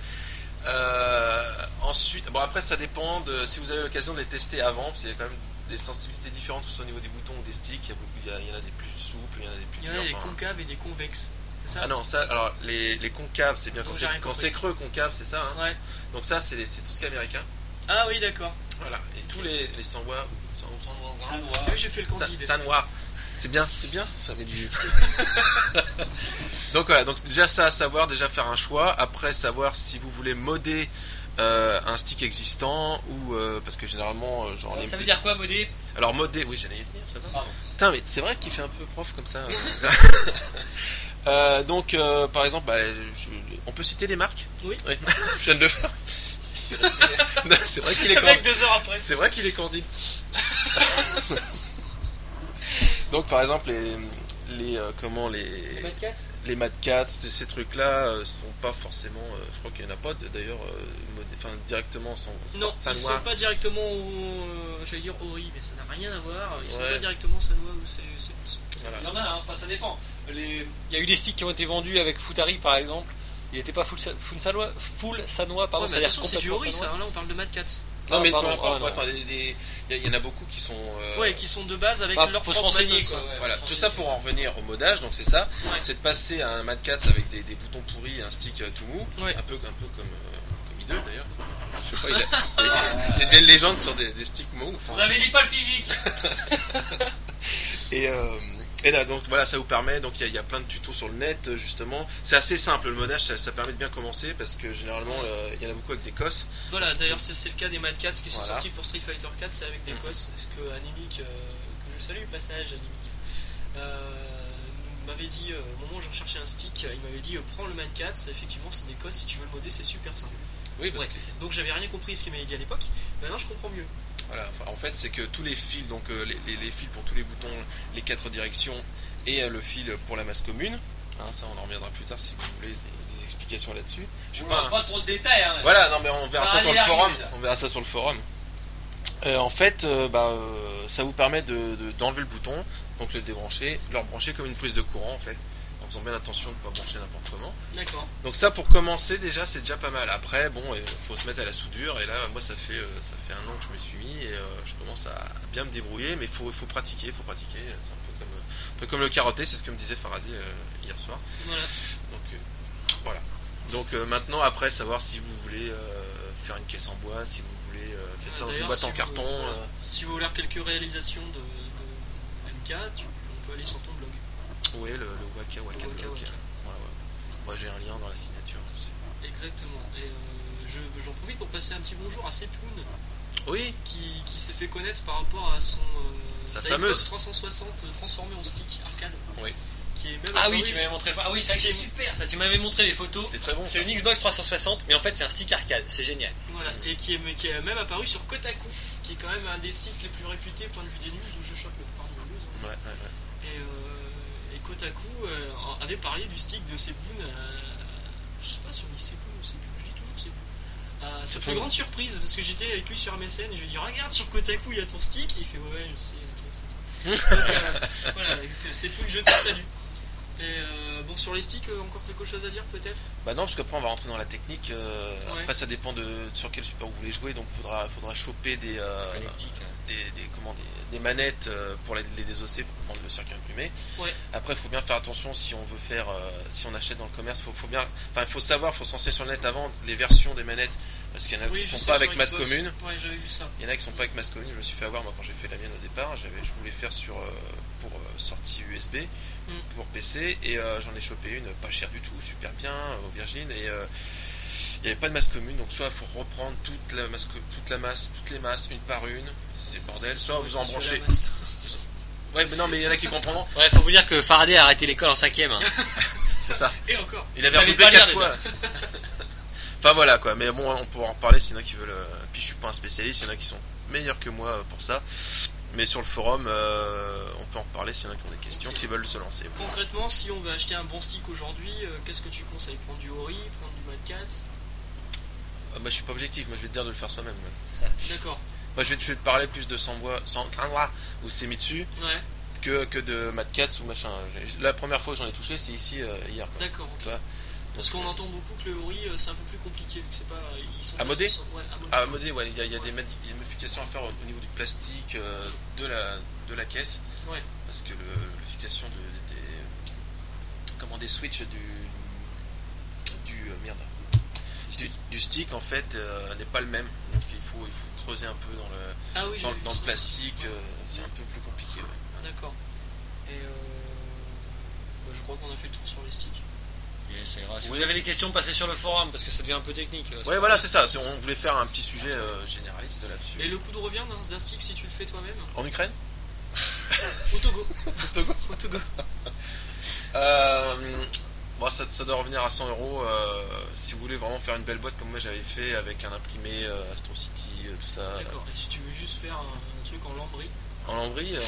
Speaker 3: Euh, ensuite, bon après ça dépend de si vous avez l'occasion de les tester avant, parce qu'il y a quand même des sensibilités différentes, que ce soit au niveau des boutons ou des sticks. Il y, a beaucoup- il y a- il y en a des plus souples, il y en a des plus
Speaker 1: Il y en a
Speaker 3: durs,
Speaker 1: des
Speaker 3: enfin,
Speaker 1: concaves et des convexes, c'est ça
Speaker 3: ah non, ça, alors les, les concaves, c'est bien
Speaker 1: Donc
Speaker 3: quand
Speaker 1: j'ai
Speaker 3: c'est-
Speaker 1: rien
Speaker 3: quand
Speaker 1: compris.
Speaker 3: c'est creux, concave, c'est ça. hein.
Speaker 1: Ouais.
Speaker 3: Donc ça, c'est c'est tout ce qui est américain.
Speaker 1: Ah oui, d'accord.
Speaker 3: Voilà. Et tous les, les sans bois- sans- sans bois-
Speaker 1: Ah oui, j'ai fait le
Speaker 3: ça-
Speaker 1: candide.
Speaker 3: ça noir. C'est bien, c'est bien, ça met du. donc voilà, donc déjà ça à savoir, déjà faire un choix. Après savoir si vous voulez modder euh, un stick existant ou euh, parce que généralement euh, genre les-
Speaker 2: Ça veut dire quoi, modé
Speaker 3: alors modder, oui j'allais y venir. Ça va.
Speaker 2: Pardon.
Speaker 3: Putain mais c'est vrai qu'il fait un peu prof comme ça. euh. Euh, donc euh, par exemple, bah, je- on peut citer les marques.
Speaker 1: Oui.
Speaker 3: je viens de le faire. Non, c'est vrai qu'il est
Speaker 1: Le mec,
Speaker 3: candide.
Speaker 1: deux heures après.
Speaker 3: C'est vrai qu'il est candide. Donc par exemple les, les euh, comment les
Speaker 4: Pas de 4
Speaker 3: les Mad Cats, de ces trucs-là euh, sont pas forcément. euh, je crois qu'il n'y en a pas de- d'ailleurs, euh, modé- enfin directement sans, sans-
Speaker 1: Non,
Speaker 3: sans
Speaker 1: ils
Speaker 3: noir.
Speaker 1: sont pas directement au. euh, J'allais dire Ori, mais ça n'a rien à voir. Ils sont
Speaker 3: Ouais.
Speaker 1: pas directement sanois ou c'est. c'est- c'est-
Speaker 3: Voilà.
Speaker 2: Il y en a, hein, enfin, ça dépend. Les- Il y a eu des sticks qui ont été vendus avec Futari par exemple. Il n'était pas full, sa- full sanois, full sanois, pardon,
Speaker 1: Ouais, mais
Speaker 2: c'est-à-dire
Speaker 1: attention, c'est du
Speaker 2: complètement
Speaker 1: Ori
Speaker 2: sanois.
Speaker 1: ça. hein. Là, on parle de Mad Cats.
Speaker 3: Non,
Speaker 2: Ah,
Speaker 3: mais
Speaker 2: pardon,
Speaker 3: peu importe,
Speaker 2: ah, non.
Speaker 3: ouais, enfin, des- des- il y, il y en a beaucoup qui sont. euh,
Speaker 1: Ouais, qui sont de base avec
Speaker 2: Bah,
Speaker 1: leur
Speaker 2: faut se
Speaker 1: propre
Speaker 2: renseigner,
Speaker 1: matos,
Speaker 2: quoi,
Speaker 1: hein.
Speaker 2: ouais,
Speaker 3: Voilà,
Speaker 2: faut se
Speaker 3: tout ça
Speaker 2: renseigner.
Speaker 3: pour en revenir au modage, donc c'est ça,
Speaker 1: Ouais.
Speaker 3: c'est de passer à un Mad Cats avec des, des boutons pourris et un stick euh, tout mou,
Speaker 1: Ouais. Ah.
Speaker 3: un, peu, un peu comme, euh, comme Hideo, d'ailleurs. Je sais pas, il a- il y a des belles légendes sur des, des sticks mous. enfin.
Speaker 2: On avait dit pas le physique
Speaker 3: Et, euh, et là, donc voilà, ça vous permet. Donc il y a- il y, a plein de tutos sur le net, euh, justement. C'est assez simple, le modage, ça, ça permet de bien commencer parce que généralement, euh, il y en a beaucoup avec des cosses.
Speaker 1: Voilà, d'ailleurs, c'est c'est le cas des Mad Cats qui sont
Speaker 3: Voilà.
Speaker 1: sortis pour Street Fighter 4, c'est avec des
Speaker 3: Mhm.
Speaker 1: cosses que Animic, euh, que je salue au passage, Animic, euh, nous- m'avait dit, euh, au moment où je recherchais un stick, euh, il m'avait dit euh, prends le Mad Cats, effectivement, c'est des cosses, si tu veux le modder, c'est super simple.
Speaker 3: Oui,
Speaker 1: parce Donc j'avais rien compris ce qu'il m'avait dit à l'époque, maintenant je comprends mieux.
Speaker 3: Voilà, enfin, en fait, c'est que tous les fils, donc euh, les, les- les fils pour tous les boutons, les quatre directions et euh, le fil pour la masse commune. Hein, ça, on en reviendra plus tard si vous voulez des, des explications là-dessus. Je suis pas un-
Speaker 2: Pas trop de détails. hein.
Speaker 3: Voilà, non, mais on verra
Speaker 2: Ah,
Speaker 3: ça sur
Speaker 2: il
Speaker 3: le
Speaker 2: arrive,
Speaker 3: forum.
Speaker 2: déjà.
Speaker 3: On verra ça sur le forum. Euh, en fait, euh, bah, euh, ça vous permet de- de- d'enlever le bouton, donc le débrancher, le rebrancher comme une prise de courant en fait, en faisant bien attention de ne pas brancher n'importe comment.
Speaker 1: D'accord.
Speaker 3: Donc ça pour commencer déjà c'est déjà pas mal. Après bon il faut se mettre à la soudure et là moi ça fait euh, ça fait un an que je me suis mis et euh, je commence à bien me débrouiller mais il faut, faut pratiquer, faut pratiquer. C'est un peu comme, euh, un peu comme le carotté, c'est ce que me disait Faraday euh, hier soir.
Speaker 1: Voilà.
Speaker 3: Donc euh, voilà. Donc euh, maintenant après savoir si vous voulez euh, faire une caisse en bois, si vous voulez euh, faites ça dans une
Speaker 1: Ah, D'ailleurs,
Speaker 3: boîte
Speaker 1: si
Speaker 3: en
Speaker 1: vous-
Speaker 3: carton.
Speaker 1: voilà.
Speaker 3: euh,
Speaker 1: Si vous voulez voir quelques réalisations de, de MK, tu- on peut aller sur ton blog.
Speaker 3: oui euh, le, le waka waka
Speaker 1: Le Waka Waka.
Speaker 3: waka. Ouais, ouais. Moi j'ai un lien dans la signature.
Speaker 1: Exactement. Et euh, je- j'en profite pour passer un petit bonjour à Sepoun.
Speaker 3: Oui,
Speaker 1: qui, qui s'est fait connaître par rapport à son euh,
Speaker 3: Sa
Speaker 1: Xbox
Speaker 3: fameuse.
Speaker 1: 360 euh, transformée en stick arcade.
Speaker 3: Oui.
Speaker 1: Qui est même
Speaker 2: Ah
Speaker 1: apparue
Speaker 2: oui, tu m'avais
Speaker 1: sur-
Speaker 2: montré. Ah oui, ça c'est super. Ça, tu m'avais montré les photos.
Speaker 3: c'était très bon.
Speaker 2: C'est une Xbox 360, mais en fait c'est un stick arcade. C'est génial.
Speaker 1: voilà, et qui est, mais qui est même apparu sur Kotaku, qui est quand même un des sites les plus réputés point de vue des news où je chope le pardon, les news. hein.
Speaker 3: Ouais, ouais, ouais.
Speaker 1: Et, euh, et Kotaku euh, avait parlé du stick de Sepoun. euh, je sais pas si on dit Sepoun ou Sepoun, je dis toujours Sepoun. Euh, c'est
Speaker 3: Sepoun.
Speaker 1: une grande surprise parce que j'étais avec lui sur MSN et je lui ai dit regarde sur Kotaku il y a ton stick et il fait ouais je sais la classe et tout. Donc, euh, voilà Sepoun je te salue. Et euh, bon sur les sticks euh, encore quelque chose à dire peut-être
Speaker 3: Bah non, parce qu'après on va rentrer dans la technique. euh,
Speaker 1: Ouais.
Speaker 3: Après, ça dépend de sur quel support vous voulez jouer, donc faudra faudra choper des euh,
Speaker 2: Magnétique, hein.
Speaker 3: des, des- comment des, des manettes euh, pour les, les désosser pour prendre le circuit imprimé.
Speaker 1: Ouais.
Speaker 3: Après, faut bien faire attention si on veut faire euh, si on achète dans le commerce, faut faut bien enfin il faut savoir, faut se renseigner sur le net avant les versions des manettes parce qu'il y en a Ah, qui
Speaker 1: je
Speaker 3: sont
Speaker 1: sais,
Speaker 3: pas
Speaker 1: sur
Speaker 3: avec masse
Speaker 1: Xbox.
Speaker 3: commune.
Speaker 1: Ouais j'avais vu ça.
Speaker 3: Il y en a qui sont pas avec masse commune. Je me suis fait avoir moi quand j'ai fait la mienne au départ. J'avais, je voulais faire sur euh, pour euh, sortie USB pour PC et euh, j'en ai chopé une pas chère du tout, super bien euh, au Virgin et euh, il n'y avait pas de masse commune. Donc soit il faut reprendre toute la masse, co- toute la masse, toutes les masses une par une. C'est le bordel. Soit vous en
Speaker 1: Sur la
Speaker 3: branchez.
Speaker 1: masse.
Speaker 3: Ouais, mais non, mais il y en a qui comprendront.
Speaker 2: Ouais, faut vous dire que Faraday a arrêté l'école en cinquième. hein.
Speaker 3: C'est ça.
Speaker 1: Et encore.
Speaker 3: Il avait
Speaker 2: Ça
Speaker 3: redoublé
Speaker 2: avait pas
Speaker 3: quatre fois.
Speaker 2: l'air,
Speaker 3: enfin voilà quoi, mais bon on pourra en reparler s'il y en a qui veulent. euh, Puis je suis pas un spécialiste, il y en a qui sont meilleurs que moi euh, pour ça. Mais sur le forum, euh, on peut en reparler s'il y en a qui ont des questions, qui veulent se lancer.
Speaker 1: Concrètement, si on veut acheter un bon stick aujourd'hui, euh, qu'est-ce que tu conseilles Prendre du Ori, prendre du Mad Cat
Speaker 3: Euh, moi je suis pas objectif, moi je vais te dire de le faire soi-même. moi.
Speaker 1: D'accord.
Speaker 3: Moi je vais te je vais te parler plus de Sanbois, San- Sanwa ou Semitsu
Speaker 1: Ouais,
Speaker 3: que, que de Mad Cats ou machin. J'ai- La première fois que j'en ai touché, c'est ici euh, hier. quoi.
Speaker 1: d'accord. ok.
Speaker 3: Toi,
Speaker 1: Parce
Speaker 3: donc,
Speaker 1: qu'on entend beaucoup que le Ori euh, c'est un peu plus compliqué. que C'est pas, euh, ils sont
Speaker 3: À modder
Speaker 1: ils sont- ouais, à modder.
Speaker 3: Ah, modé, ouais, il y a, il y a des modi- il y a des modifications à faire au, au niveau du plastique, euh, de, la, de la caisse.
Speaker 1: Ouais.
Speaker 3: Parce que le- la fixation de, de- des, comment, des switches du. du euh, merde. Du, du stick, en fait, euh, n'est pas le même. Donc il faut, il faut creuser un peu dans le,
Speaker 1: Ah oui,
Speaker 3: dans,
Speaker 1: j'avais vu
Speaker 3: dans le
Speaker 1: ça.
Speaker 3: plastique. euh, c'est un peu plus compliqué. ouais.
Speaker 1: D'accord. Et euh, bah, je crois qu'on a fait le tour sur les sticks.
Speaker 2: Si vous avez des questions, passez sur le forum parce que ça devient un peu technique.
Speaker 3: Ouais, voilà, c'est ça. c'est- On voulait faire un petit sujet euh, généraliste là-dessus.
Speaker 1: Et le coup de revient d'un- d'un stick si tu le fais toi-même
Speaker 3: En Ukraine
Speaker 1: Au Togo.
Speaker 3: Togo.
Speaker 1: Au Togo.
Speaker 3: Euh, bon, ça, ça doit revenir à 100 euros. euh, Si vous voulez vraiment faire une belle boîte comme moi j'avais fait avec un imprimé euh, Astro City, euh, tout ça.
Speaker 1: D'accord. Et si tu veux juste faire un, un truc en lambris,
Speaker 3: En lambris, euh,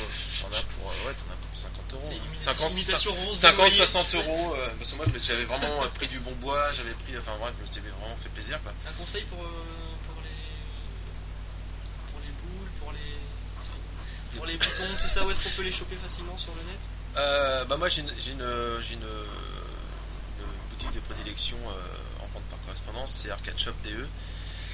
Speaker 3: t'en as pour, euh, ouais, t'en as pour 50 euros.
Speaker 1: C'est
Speaker 3: hein.
Speaker 1: imita-
Speaker 3: 50,
Speaker 1: imitation ronce de
Speaker 3: 50,
Speaker 1: noyer.
Speaker 3: 60 euros. euh, parce que moi, je me- j'avais vraiment euh, pris du bon bois, j'avais pris, enfin bref, je me suis vraiment fait plaisir. Quoi.
Speaker 1: Un conseil pour, euh, pour les pour les boules, pour les sorry, pour les boutons, tout ça, où est-ce qu'on peut les choper facilement sur le net
Speaker 3: Euh, bah moi, j'ai une, j'ai une, j'ai une, une boutique de prédilection euh, en vente par correspondance, c'est Arcade Shop DE.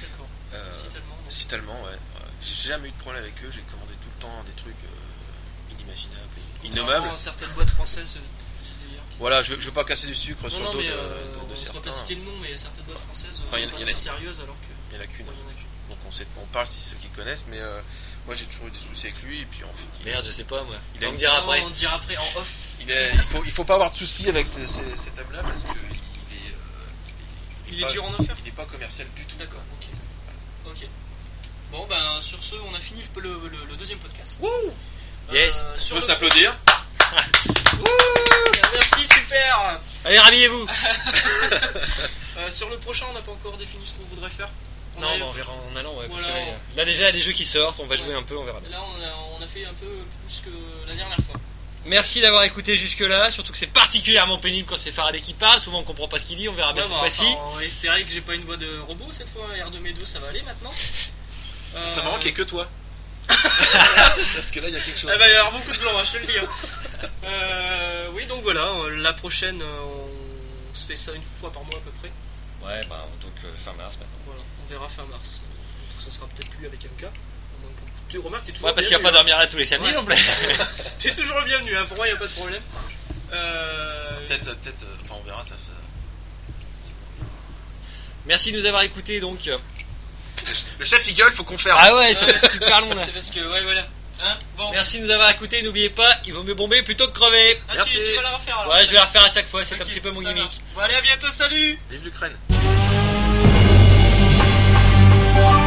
Speaker 1: D'accord.
Speaker 3: Euh,
Speaker 1: Site allemand. donc.
Speaker 3: site allemand, ouais. Euh, J'ai jamais eu de problème avec eux, j'ai commandé tout le temps des trucs euh, inimaginables, et innommables.
Speaker 1: Contrairement à Certaines boîtes françaises. euh, je disais hier.
Speaker 3: Voilà, je, je veux pas casser du sucre sur
Speaker 1: Non, non,
Speaker 3: le dos de,
Speaker 1: mais euh,
Speaker 3: de- de
Speaker 1: on ne va
Speaker 3: certains.
Speaker 1: pas citer le nom, mais il y a certaines boîtes françaises euh,
Speaker 3: Enfin, il y en
Speaker 1: sont
Speaker 3: a-
Speaker 1: pas
Speaker 3: il y en a-
Speaker 1: très sérieuses alors que.
Speaker 3: Il y en a qu'une.
Speaker 1: bon, il y en a qu'une.
Speaker 3: Donc on, sait- on parle si ceux qui connaissent, mais euh, moi j'ai toujours eu des soucis avec lui. Et puis en fait, il,
Speaker 2: Merde, je sais pas moi.
Speaker 3: Il
Speaker 2: Il
Speaker 3: a
Speaker 2: va me
Speaker 3: une-
Speaker 2: dire
Speaker 1: Non,
Speaker 2: après.
Speaker 1: On dira après en off.
Speaker 3: il est- il faut, il faut pas avoir de soucis avec ce- ce- cet homme-là parce que il est, euh,
Speaker 1: Il est
Speaker 3: pas-
Speaker 1: dur en enfer.
Speaker 3: il n'est pas commercial du tout.
Speaker 1: D'accord, ok. Ok. Bon, ben sur ce, on a fini le, le- le deuxième podcast. Euh,
Speaker 2: Yes.
Speaker 3: On
Speaker 1: sur
Speaker 3: peut
Speaker 1: le-
Speaker 3: s'applaudir.
Speaker 1: Merci, super
Speaker 2: Allez, rhabillez-vous
Speaker 1: Euh, Sur le prochain, on n'a pas encore défini ce qu'on voudrait faire. On
Speaker 2: Non,
Speaker 1: a-
Speaker 2: mais on verra en allant, ouais. Parce que
Speaker 1: Ah, Voilà,
Speaker 2: là, il y a- là, déjà, il y a des jeux qui sortent, on va jouer un peu, on verra bien.
Speaker 1: Là, on a, on a fait un peu plus que la dernière fois.
Speaker 2: Merci d'avoir écouté jusque-là, surtout que c'est particulièrement pénible quand c'est Faraday qui parle, souvent on comprend pas ce qu'il dit, on verra bien
Speaker 1: Ouais,
Speaker 2: cette
Speaker 1: bah,
Speaker 2: fois-ci.
Speaker 1: enfin, on va espérer que j'ai pas une voix de robot cette fois. R2M2, ça va aller maintenant.
Speaker 3: Ça serait marrant qu'il n'y ait que toi.
Speaker 1: Euh.
Speaker 3: parce que là, il y a quelque chose.
Speaker 1: Ah bah, il va y avoir beaucoup de blanc, hein, je te le dis. hein. Euh, oui, donc voilà, euh, la prochaine, euh, on se fait ça une fois par mois à peu près.
Speaker 2: Ouais, bah, donc euh, fin mars maintenant.
Speaker 1: Voilà, on verra fin mars. Donc, ça sera peut-être plus avec MK. à moins qu'on- Tu remarques, t'es toujours
Speaker 2: Ouais, parce qu'il n'y a pas
Speaker 1: bienvenu,
Speaker 2: dormir là tous les samedis
Speaker 1: Ouais.
Speaker 2: non plus.
Speaker 1: hein. T'es toujours le bienvenu, hein, pour moi, il n'y a pas de problème. Euh,
Speaker 3: Peut-être, peut-être. euh, Enfin, on verra ça. ça-
Speaker 2: Merci de nous avoir écoutés donc. euh,
Speaker 3: Le chef il gueule, faut qu'on fasse.
Speaker 2: Ah ouais, ça fait super long là.
Speaker 1: c'est parce que, ouais, voilà. Hein bon,
Speaker 2: Merci de nous avoir écoutés, n'oubliez pas, il vaut mieux bomber plutôt que crever.
Speaker 1: Ah, tu,
Speaker 3: Merci.
Speaker 1: tu vas la refaire alors
Speaker 2: Ouais, je vais la refaire à chaque fois, c'est un
Speaker 1: Ok,
Speaker 2: petit peu mon
Speaker 1: ça
Speaker 2: gimmick.
Speaker 1: va. Bon, allez, à bientôt, salut
Speaker 3: Vive l'Ukraine.
Speaker 1: Thank